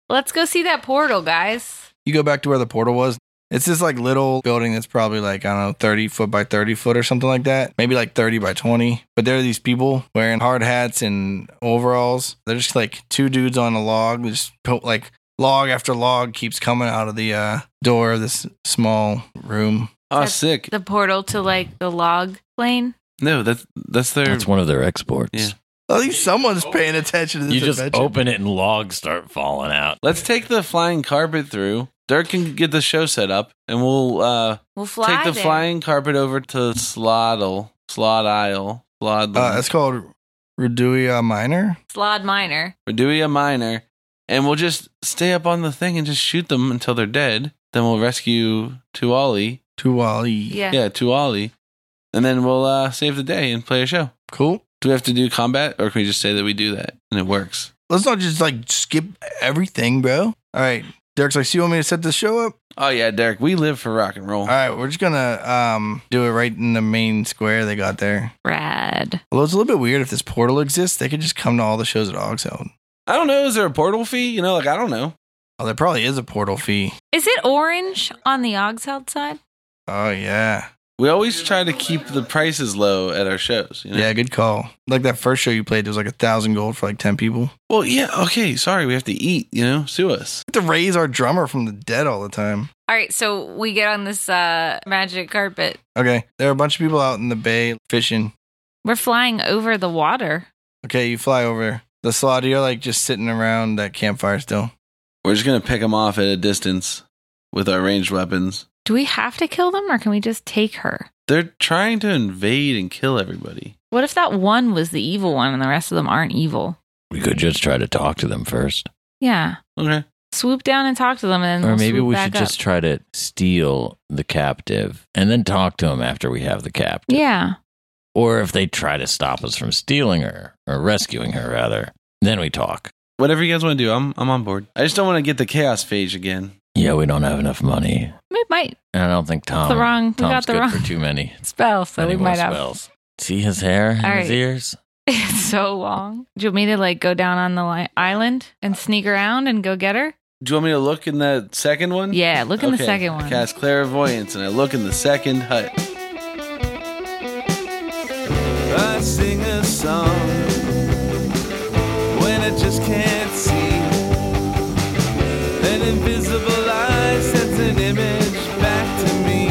Speaker 5: Let's go see that portal, guys.
Speaker 2: You go back to where the portal was. It's this like little building that's probably like, I don't know, 30 foot by 30 foot or something like that. Maybe like 30 by 20. But there are these people wearing hard hats and overalls. They're just like two dudes on a log. Just po- like log after log keeps coming out of the uh, door of this small room.
Speaker 6: Oh, sick.
Speaker 5: The portal to like the log plane.
Speaker 6: No, that's that's their.
Speaker 3: That's one of their exports.
Speaker 6: Yeah.
Speaker 2: At least someone's paying attention to this
Speaker 3: Oh. You just
Speaker 2: adventure.
Speaker 3: open it and logs start falling out.
Speaker 6: Let's take the flying carpet through. Dirk can get the show set up, and we'll uh,
Speaker 5: We'll fly
Speaker 6: take the
Speaker 5: there.
Speaker 6: flying carpet over to Slottle, Slot Isle, Slot
Speaker 2: Uh, it's called Reduia Minor.
Speaker 5: Slod Minor.
Speaker 6: Reduia Minor, and we'll just stay up on the thing and just shoot them until they're dead. Then we'll rescue Tuali.
Speaker 2: Tuwali.
Speaker 5: Yeah.
Speaker 6: Yeah, Tuali, and then we'll uh, save the day and play a show.
Speaker 2: Cool.
Speaker 6: Do we have to do combat, or can we just say that we do that and it works?
Speaker 2: Let's not just like skip everything, bro. All right. Derek's like, so you want me to set this show up?
Speaker 6: Oh yeah, Derek, we live for rock and roll.
Speaker 2: All right, we're just gonna um, do it right in the main square they got there.
Speaker 5: Rad.
Speaker 2: Although it's a little bit weird if this portal exists, they could just come to all the shows at Oxheld.
Speaker 6: I don't know. Is there a portal fee? You know, like I don't know.
Speaker 2: Oh, there probably is a portal fee.
Speaker 5: Is it orange on the Oxheld side?
Speaker 2: Oh yeah,
Speaker 6: We always try to keep the prices low at our shows. You know?
Speaker 2: yeah, good call. Like that first show you played, there was like a thousand gold for like ten people.
Speaker 6: Well, yeah. Okay. Sorry, we have to eat. You know, sue us.
Speaker 2: We have to raise our drummer from the dead all the time.
Speaker 5: All right, so we get on this uh magic carpet.
Speaker 2: Okay, there are a bunch of people out in the bay fishing.
Speaker 5: We're flying over the water.
Speaker 2: Okay, you fly over the slot. You're like just sitting around that campfire still.
Speaker 6: We're just gonna pick them off at a distance with our ranged weapons.
Speaker 5: Do we have to kill them or can we just take her?
Speaker 6: They're trying to invade and kill everybody.
Speaker 5: What if that one was the evil one and the rest of them aren't evil?
Speaker 3: We could just try to talk to them first.
Speaker 5: Yeah.
Speaker 6: Okay.
Speaker 5: Swoop down and talk to them and then
Speaker 3: or
Speaker 5: we'll
Speaker 3: maybe
Speaker 5: swoop
Speaker 3: we
Speaker 5: back
Speaker 3: should
Speaker 5: up.
Speaker 3: just try to steal the captive and then talk to him after we have the captive.
Speaker 5: Yeah.
Speaker 3: Or if they try to stop us from stealing her or rescuing her, rather, then we talk.
Speaker 6: Whatever you guys want to do, I'm I'm on board. I just don't want to get the chaos phage again.
Speaker 3: Yeah, we don't have enough money.
Speaker 5: We might
Speaker 3: And I don't think Tom.
Speaker 5: the wrong- we got
Speaker 3: Tom's
Speaker 5: the
Speaker 3: good
Speaker 5: wrong-
Speaker 3: for too many.
Speaker 5: spell, so
Speaker 3: many
Speaker 5: we
Speaker 3: more
Speaker 5: might have
Speaker 3: spells. See his hair and
Speaker 5: All
Speaker 3: his
Speaker 5: right.
Speaker 3: ears.
Speaker 5: It's so long. Do you want me to like go down on the li- island and sneak around and go get her?
Speaker 6: Do you want me to look in the second one?
Speaker 5: Yeah, look in the
Speaker 6: Okay,
Speaker 5: second
Speaker 6: I
Speaker 5: one.
Speaker 6: Cast clairvoyance, and I look in the second hut.
Speaker 8: I sing a song when I just can't see. An invisible eye sends an image back to me.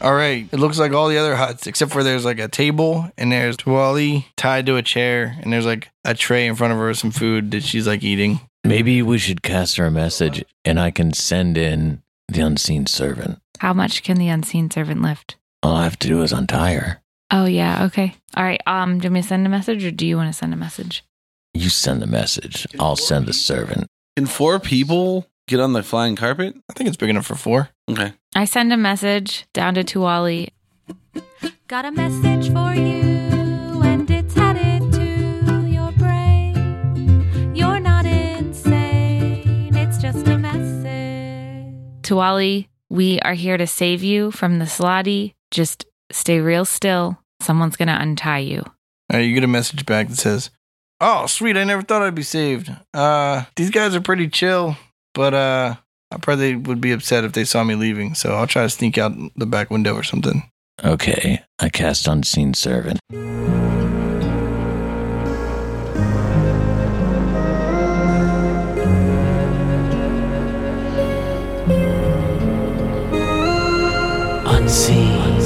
Speaker 2: All right. It looks like all the other huts, except for there's like a table and there's Tuwali tied to a chair and there's like a tray in front of her with some food that she's like eating.
Speaker 3: Maybe we should cast her a message and I can send in the unseen servant.
Speaker 5: How much can the unseen servant lift?
Speaker 3: All I have to do is untie her.
Speaker 5: Oh yeah, okay. All right. Um, do you want me to send a message or do you want to send a message?
Speaker 3: You send the message. I'll send the servant.
Speaker 6: Can four people get on the flying carpet?
Speaker 2: I think it's big enough for four.
Speaker 6: Okay.
Speaker 5: I send a message down to Tuwali.
Speaker 4: Got a message for you, and it's headed to your brain. You're not insane, it's just a message.
Speaker 5: Tuwali, we are here to save you from the Slotty. Just stay real still. Someone's gonna untie you.
Speaker 2: All right, you get a message back that says, "Oh, sweet! I never thought I'd be saved. Uh, these guys are pretty chill, but uh, I probably would be upset if they saw me leaving. So I'll try to sneak out the back window or something."
Speaker 3: Okay, I cast unseen servant.
Speaker 9: unseen.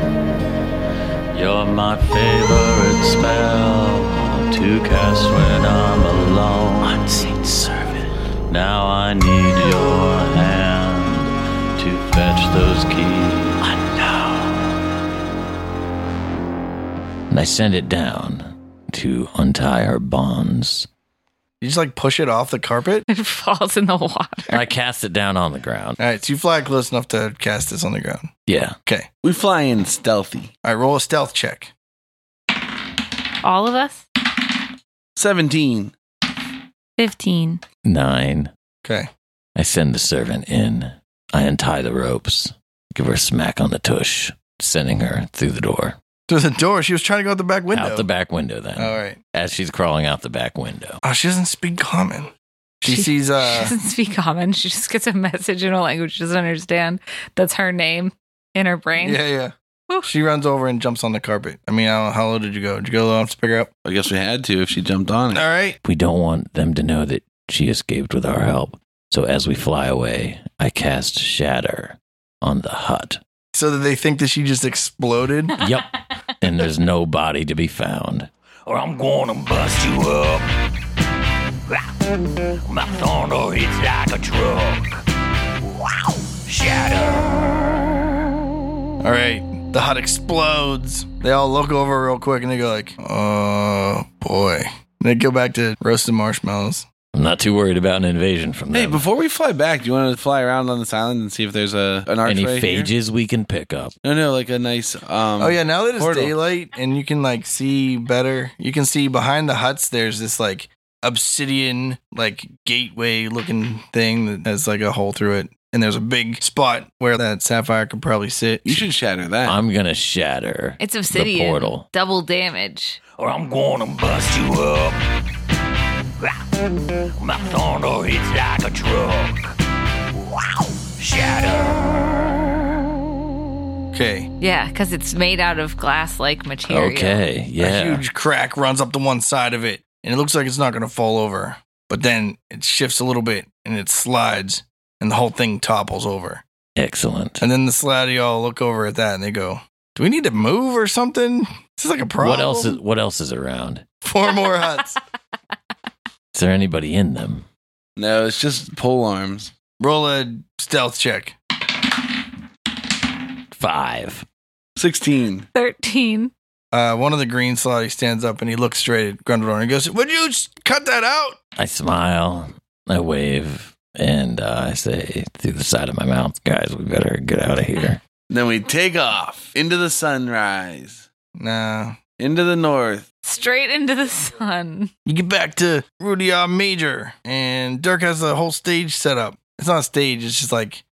Speaker 9: Serve. You're my favorite spell to cast when I'm alone. Unseen servant. Now I need your hand to fetch those keys. I know.
Speaker 3: And I send it down to untie her bonds.
Speaker 2: You just like push it off the carpet.
Speaker 5: It falls in the water.
Speaker 3: I cast it down on the ground.
Speaker 2: All right, so you fly close enough to cast this on the ground.
Speaker 3: Yeah.
Speaker 2: Okay.
Speaker 6: We fly in stealthy.
Speaker 2: All right, roll a stealth check.
Speaker 5: All of us?
Speaker 6: 17.
Speaker 5: Fifteen.
Speaker 3: Nine.
Speaker 2: Okay.
Speaker 3: I send the servant in. I untie the ropes. Give her a smack on the tush, sending her through the door.
Speaker 2: Through the door, she was trying to go out the back window.
Speaker 3: Out the back window then.
Speaker 2: All right.
Speaker 3: As she's crawling out the back window.
Speaker 2: Oh, she doesn't speak common. She,
Speaker 5: She-
Speaker 2: sees
Speaker 5: she
Speaker 2: uh
Speaker 5: doesn't speak common. She just gets a message in a language she doesn't understand. That's her name in her brain.
Speaker 2: Yeah, yeah.
Speaker 5: Woo.
Speaker 2: She runs over and jumps on the carpet. I mean, I don't know, how low did you go? Did you go low enough to pick her up?
Speaker 6: I guess we had to if she jumped on
Speaker 2: All
Speaker 6: it.
Speaker 2: right.
Speaker 3: We don't want them to know that she escaped with our help. So as we fly away, I cast shatter on the hut.
Speaker 2: So that they think that she just exploded.
Speaker 3: Yep. and there's no body to be found.
Speaker 9: Or I'm gonna bust you up. My thunder hits like a truck. Wow. Shatter.
Speaker 2: All right. The hut explodes. They all look over real quick and they go like, "Oh boy." And they go back to roasted marshmallows.
Speaker 3: I'm not too worried about an invasion from
Speaker 6: Hey,
Speaker 3: them.
Speaker 6: before we fly back, do you want to fly around on this island and see if there's a an archway?
Speaker 3: Any
Speaker 6: here?
Speaker 3: phages we can pick up.
Speaker 6: No, no, like a nice. Um,
Speaker 2: oh yeah, now that it's
Speaker 6: portal.
Speaker 2: daylight and you can like see better, you can see behind the huts there's this like obsidian like gateway looking thing that has like a hole through it. And there's a big spot where that sapphire could probably sit.
Speaker 6: You should shatter that.
Speaker 3: I'm gonna shatter.
Speaker 5: It's obsidian.
Speaker 3: The portal.
Speaker 5: Double damage.
Speaker 9: Or I'm gonna bust you up. My thunder hits like a truck. Wow. Shatter.
Speaker 2: Okay.
Speaker 5: Yeah, because it's made out of glass like material.
Speaker 3: Okay,
Speaker 2: A
Speaker 3: yeah.
Speaker 2: huge crack runs up to one side of it, and it looks like it's not going to fall over. But then it shifts a little bit, and it slides, and the whole thing topples over.
Speaker 3: Excellent.
Speaker 2: And then the slutty all look over at that, and they go, "Do we need to move or something? This is like a problem."
Speaker 3: What else is what else is around?
Speaker 2: Four more huts.
Speaker 3: Is there anybody in them?
Speaker 6: no, it's just pole arms.
Speaker 2: Roll a stealth check.
Speaker 3: Five.
Speaker 6: 16.
Speaker 5: 13.
Speaker 2: Uh, one of the green slotty stands up, and he looks straight at Grundledor, and he goes, "Would you s- cut that out?"
Speaker 3: I smile, I wave, and uh, I say through the side of my mouth, guys, we better get out of here.
Speaker 6: Then we take off into the sunrise,
Speaker 2: No.
Speaker 6: into the north.
Speaker 5: Straight into the sun.
Speaker 2: You get back to Rudyard Major, and Dirk has the whole stage set up. It's not a stage, it's just like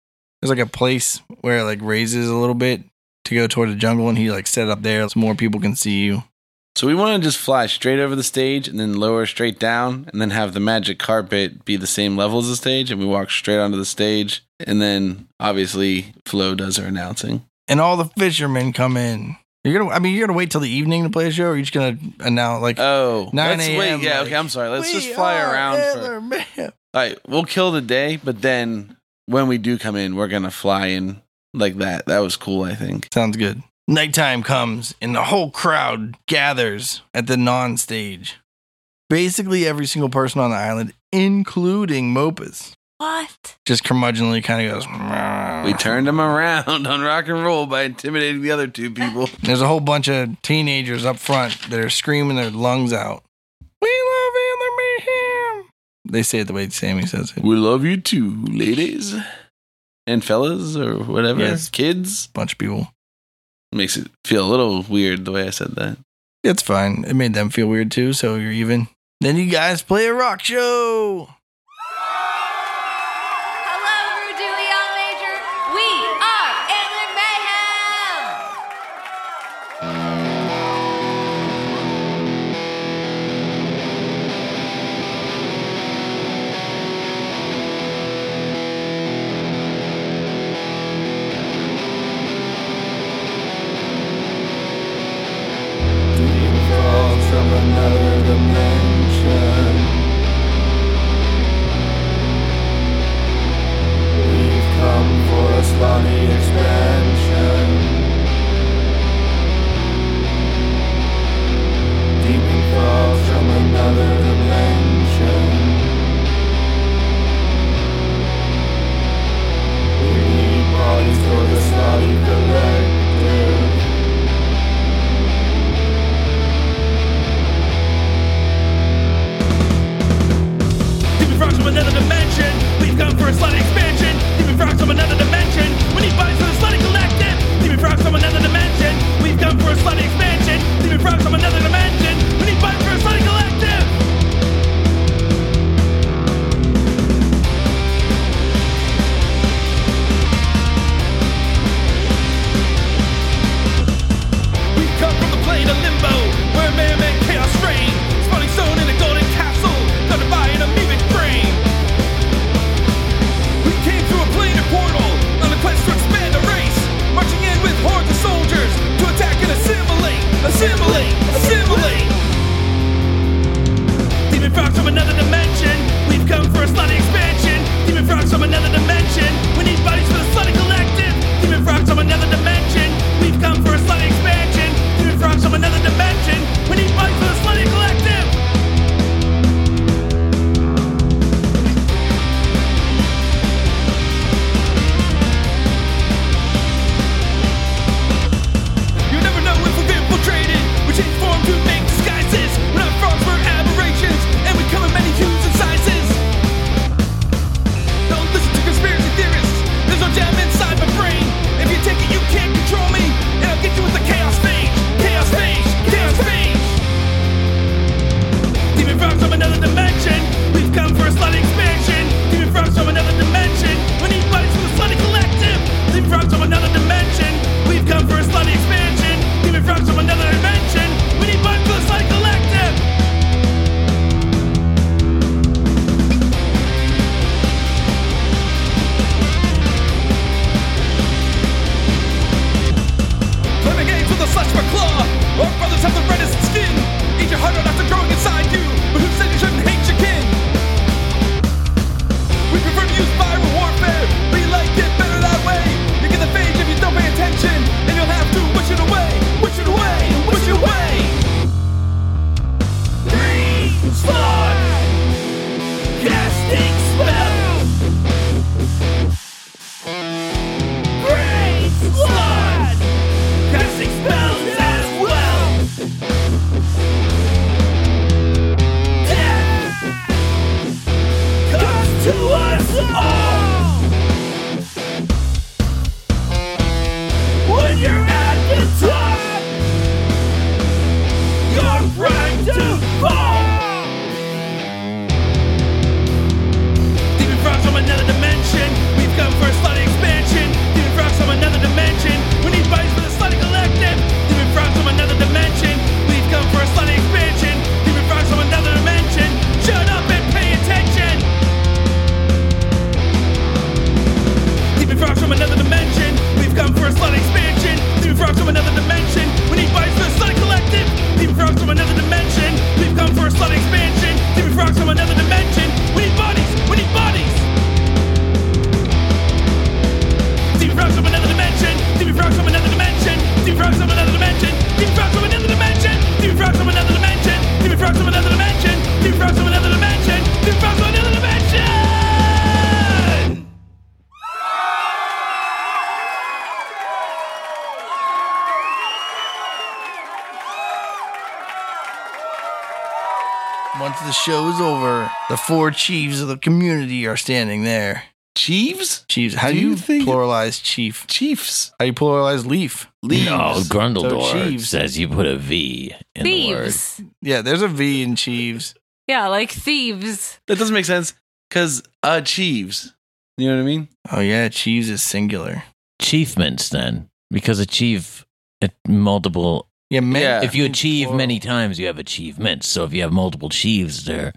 Speaker 2: there's like a place where it like raises a little bit to go toward the jungle, and he like set up there so more people can see you.
Speaker 6: So we want to just fly straight over the stage and then lower straight down and then have the magic carpet be the same level as the stage and we walk straight onto the stage and then obviously Flo does her announcing.
Speaker 2: And all the fishermen come in. You're gonna, I mean, you're gonna wait till the evening to play a show, or you're just gonna announce like,
Speaker 6: Oh,
Speaker 2: 9
Speaker 6: let's
Speaker 2: a.m.,
Speaker 6: wait. Yeah,
Speaker 2: like,
Speaker 6: okay, I'm sorry. Let's
Speaker 2: "We
Speaker 6: just fly
Speaker 2: are
Speaker 6: around for
Speaker 2: Antler Man."
Speaker 6: All right, we'll kill the day, but then when we do come in, we're going to fly in like that. That was cool, I think.
Speaker 2: Sounds good. Nighttime comes and the whole crowd gathers at the non stage. Basically, every single person on the island, including Mopus,
Speaker 5: What?
Speaker 2: just curmudgeonly kind of goes.
Speaker 6: We turned him around on rock and roll by intimidating the other two people.
Speaker 2: There's a whole bunch of teenagers up front that are screaming their lungs out. We love Antler Mayhem. They say it the way Sammy says it.
Speaker 6: We love you too, ladies and fellas or whatever.
Speaker 2: Yes.
Speaker 6: Kids.
Speaker 2: bunch of people.
Speaker 6: Makes it feel a little weird the way I said that.
Speaker 2: It's fine. It made them feel weird too, so you're even. Then you guys play a rock show.
Speaker 4: Hello, Voodoo Young Major. We are Antler Mayhem.
Speaker 8: Falls from another dimension. We've come for a slutty expansion. Demon falls from another dimension. We need bodies for the slutty collective.
Speaker 10: Demon frogs from another dimension. We've come for a slutty expansion. Demon frogs from another dimension. We need bodies for the slutty collective. Demon frogs from another dimension. We've come for a slutty expansion. Demon frogs from another dimension. We need bodies for a slutty collective. We come from the plane of limbo, where man made chaos reign. Spawning stone in a golden castle, guarded by an amoebic brain. We came through a planar portal on a quest to expand the race. Marching in with hordes of soldiers to attack and assimilate, assimilate, assimilate. Demon frogs from another dimension. We've come for a slutty expansion. Demon frogs from another dimension. We need bodies for the slutty collective. Demon frogs from another dimension. We've come for a slutty expansion. Demon frogs from another dimension. We need bodies for the slutty collective. You never know if we've infiltrated. We change form to make disguises. We're not frogs, we're aberrations. And we come in many hues and sizes. Don't listen to conspiracy theorists. There's no jam inside my brain. If you take it, you can't control me. And I'll get you with the chaos phase. Chaos phase. Chaos phase. Demon frogs from another dimension. We've come for a slutty expansion. Demon frogs from another dimension. We need bodies from the slutty collective. Demon frogs from another dimension. We've come for a slutty expansion. Demon frogs from another dimension. We need bodies from the slutty collective. Renegades with a slash for claw. Our brothers have the reddest skin. Eat your heart out after growing inside you. But who said you shouldn't hate your kin? We prefer to use viral warfare. We like it better that way. You get the phage if you don't pay attention. And you'll have to wish it away. Wish it away. Wish it away. Slot. Casting spell. Great slot casting spells as well.
Speaker 2: Once the show is over, the four chiefs of the community are standing there.
Speaker 6: Chiefs?
Speaker 2: Chiefs. How do,
Speaker 6: Do
Speaker 2: you,
Speaker 6: you think-
Speaker 2: pluralize chief?
Speaker 6: Chiefs.
Speaker 2: How do you pluralize leaf?
Speaker 6: Leaves.
Speaker 3: No, Grundledor
Speaker 2: So Chiefs.
Speaker 3: says you put a V in
Speaker 5: thieves.
Speaker 2: Yeah, there's a V in chiefs.
Speaker 5: Yeah, like thieves.
Speaker 6: That doesn't make sense because uh, Chiefs. You know what I mean?
Speaker 2: Oh yeah, chiefs is singular.
Speaker 3: the word. Achievements then, because achieve at multiple.
Speaker 2: Yeah, man.
Speaker 6: Yeah.
Speaker 3: If you achieve
Speaker 2: Plural.
Speaker 3: many times, you have achievements. So if you have multiple chiefs, they're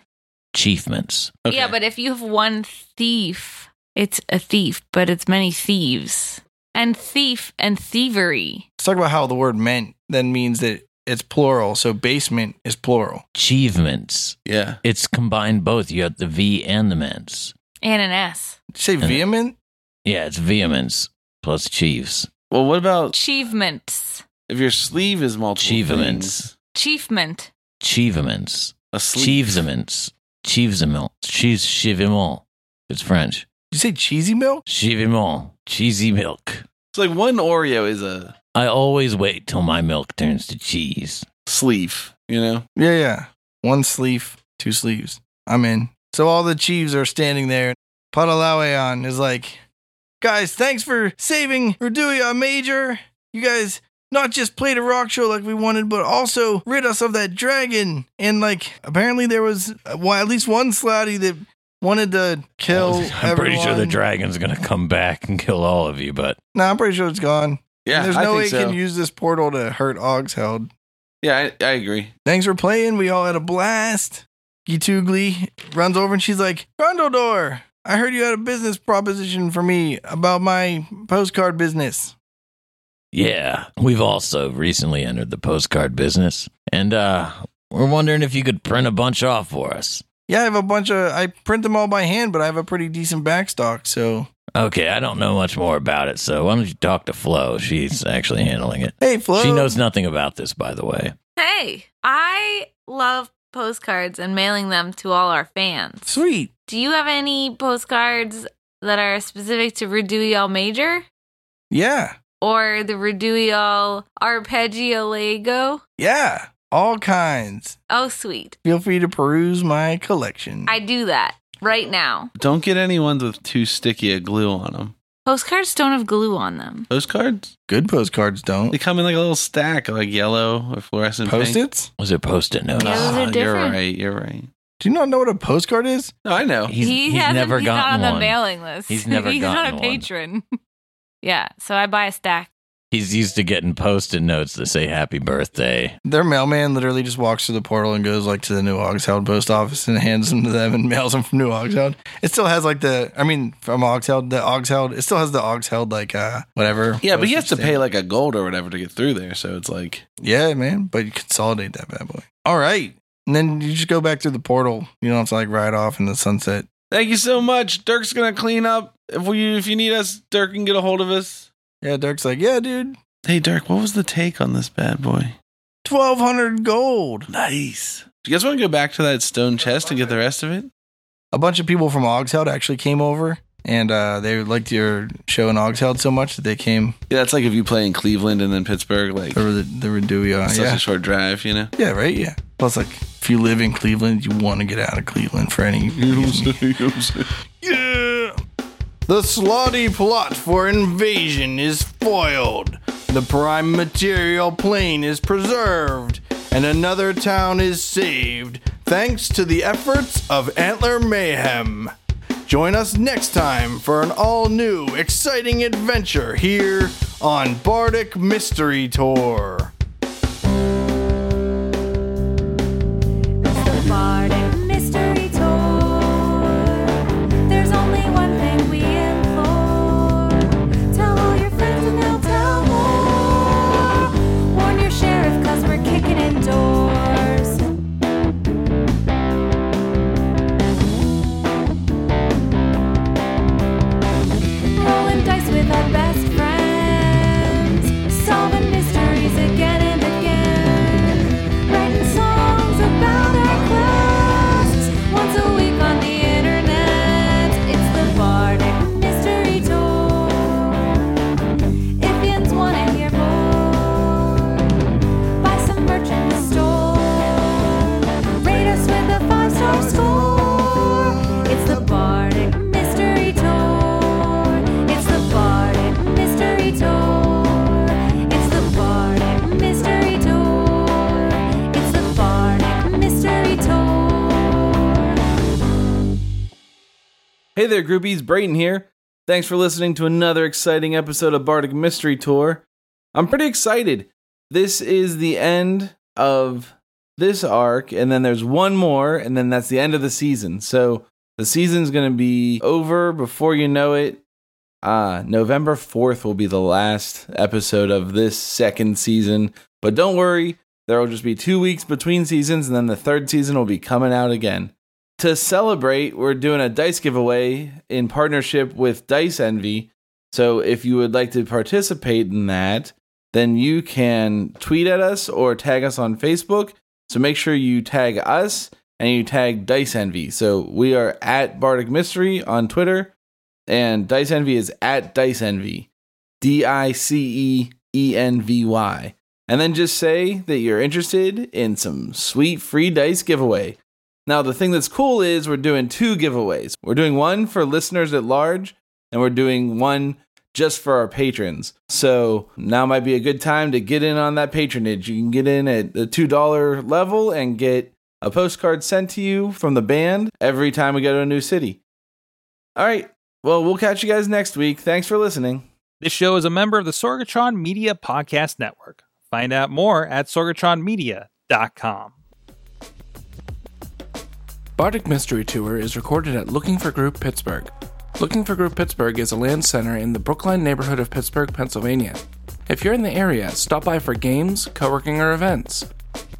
Speaker 3: achievements.
Speaker 5: Yeah, but if you have one thief, it's a thief, but it's many thieves. And thief and thievery.
Speaker 2: Let's talk about how the word meant then means that it's plural. So basement is plural.
Speaker 3: Achievements.
Speaker 6: Yeah.
Speaker 3: It's combined both. You have the V and the ments.
Speaker 5: And an S.
Speaker 2: Did you say vehement?
Speaker 3: Yeah, it's vehemence plus chiefs.
Speaker 6: Well, what about
Speaker 5: Achievements.
Speaker 6: if your sleeve is multiple
Speaker 3: Achievements.
Speaker 6: things?
Speaker 5: Achievement.
Speaker 3: Achievements.
Speaker 6: A sleeve.
Speaker 3: Achievements. Achievements. Cheese chivimont. It's French.
Speaker 2: Did you say cheesy milk?
Speaker 3: Chivimont. Cheesy milk.
Speaker 6: It's like one Oreo is a
Speaker 3: I always wait till my milk turns to cheese.
Speaker 6: sleeve. You know?
Speaker 2: Yeah, yeah. One sleeve, two sleeves. I'm in. So all the chiefs are standing there. Padalawayan is like, guys, thanks for saving Ruduya Major. You guys not just played a rock show like we wanted, but also rid us of that dragon. And like, apparently there was uh, well, at least one slotty that wanted to kill.
Speaker 3: I'm pretty sure the
Speaker 2: everyone.
Speaker 3: dragon's gonna come back and kill all of you, but
Speaker 2: No, I'm pretty sure it's gone.
Speaker 6: Yeah,
Speaker 2: There's
Speaker 6: I
Speaker 2: no
Speaker 6: think
Speaker 2: way
Speaker 6: so.
Speaker 2: it can use this portal to hurt Ogsheld.
Speaker 6: yeah, I, I agree.
Speaker 2: Thanks for playing. We all had a blast. Gitugli runs over and she's like, Grundledor, I heard you had a business proposition for me about my postcard business.
Speaker 3: yeah, we've also recently entered the postcard business, and uh, we're wondering if you could print a bunch off for us.
Speaker 2: Yeah, I have a bunch of, I print them all by hand, but I have a pretty decent backstock. So,
Speaker 3: Okay, I don't know much more about it, so why don't you talk to Flo? She's actually handling it.
Speaker 2: hey, Flo.
Speaker 3: She knows nothing about this, by the way.
Speaker 5: Hey, I love postcards and mailing them to all our fans.
Speaker 2: Sweet.
Speaker 5: Do you have any postcards that are specific to Reduial Major
Speaker 2: Yeah.
Speaker 5: or the Reduial Arpeggio Lego?
Speaker 2: Yeah. All kinds.
Speaker 5: Oh, sweet.
Speaker 2: Feel free to peruse my collection.
Speaker 5: I do that right now.
Speaker 6: Don't get any ones with too sticky a glue on them.
Speaker 5: Postcards don't have glue on them.
Speaker 6: Postcards?
Speaker 2: Good postcards
Speaker 6: They
Speaker 2: don't.
Speaker 6: come in like a little stack, like yellow or fluorescent. pink.
Speaker 2: Post its?
Speaker 3: Was it post-it notes?
Speaker 5: Yeah, those are
Speaker 6: Ah, You're
Speaker 5: different.
Speaker 6: right. You're right.
Speaker 2: Do you not know what a postcard is?
Speaker 6: No, I know.
Speaker 3: He's,
Speaker 5: he
Speaker 3: he's
Speaker 5: hasn't,
Speaker 3: never
Speaker 5: he's not
Speaker 3: gotten
Speaker 5: on the
Speaker 3: one.
Speaker 5: mailing list.
Speaker 3: He's never
Speaker 5: he's
Speaker 3: gotten
Speaker 5: not a
Speaker 3: one.
Speaker 5: patron. yeah, so I buy a stack.
Speaker 3: He's used to getting post-it notes that say "Happy Birthday."
Speaker 2: Their mailman literally just walks through the portal and goes like to the New Oxhound post office and hands them to them and mails them from New Oxhound. It still has like the, I mean, from Oxhound, the Oxhound, it still has the Oxhound like uh whatever.
Speaker 6: Yeah, but you have
Speaker 2: postage
Speaker 6: to pay
Speaker 2: stamp.
Speaker 6: like a gold or whatever to get through there. So it's like,
Speaker 2: yeah, man. But you consolidate that bad boy. All right, and then you just go back through the portal. You don't have to like ride off in the sunset.
Speaker 6: thank you so much. Dirk's gonna clean up. If we if you need us, Dirk can get a hold of us.
Speaker 2: Yeah, Dirk's like, yeah, dude,
Speaker 6: Hey, Dirk, what was the take on this bad boy?
Speaker 2: twelve hundred gold.
Speaker 6: Nice. Do you guys want to go back to that stone chest and get the rest of it?
Speaker 2: a bunch of people from Oxhead actually came over and uh, they liked your show in Oxhead so much that they came
Speaker 6: Yeah, that's like if you play in Cleveland and then Pittsburgh, like
Speaker 2: over the, the Reduia.
Speaker 6: such
Speaker 2: Yeah.
Speaker 6: a short drive, you know.
Speaker 2: yeah, right? Yeah. Plus, like, if you live in Cleveland, you want to get out of Cleveland for any reason. Yeah! The slotty plot for invasion is foiled. The prime material plane is preserved, and another town is saved thanks to the efforts of Antler Mayhem. Join us next time for an all new, exciting adventure here on Bardic Mystery Tour.
Speaker 4: The Bardic Mystery Tour. There's only one thing we implore. Tell all your friends and they'll tell more. Warn your sheriff cause we're kicking in doors. Rolling dice with our best friends. Solving mysteries again.
Speaker 6: Hey there, groupies. Brayden here. Thanks for listening to another exciting episode of Bardic Mystery Tour. I'm pretty excited. This is the end of this arc, and then there's one more, and then that's the end of the season. So the season's going to be over before you know it. Uh, November 4th will be the last episode of this second season. But don't worry, there will just be two weeks between seasons, and then the third season will be coming out again to celebrate, we're doing a dice giveaway in partnership with Dice Envy. So if you would like to participate in that, then you can tweet at us or tag us on Facebook. So make sure you tag us and you tag Dice Envy. So we are at Bardic Mystery on Twitter, and Dice Envy is at Dice Envy, D I C E E N V Y. And then just say that you're interested in some sweet free dice giveaway. Now, the thing that's cool is we're doing two giveaways. We're doing one for listeners at large, and we're doing one just for our patrons. So now might be a good time to get in on that patronage. You can get in at the $2 level and get a postcard sent to you from the band every time we go to a new city. All right. Well, we'll catch you guys next week. Thanks for listening.
Speaker 11: This show is a member of the Sorgatron Media Podcast Network. Find out more at sorgatronmedia.com.
Speaker 10: Bardic Mystery Tour is recorded at Looking for Group Pittsburgh. Looking for Group Pittsburgh is a land center in the Brookline neighborhood of Pittsburgh, Pennsylvania. If you're in the area, stop by for games, co working, or events.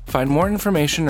Speaker 10: Find more information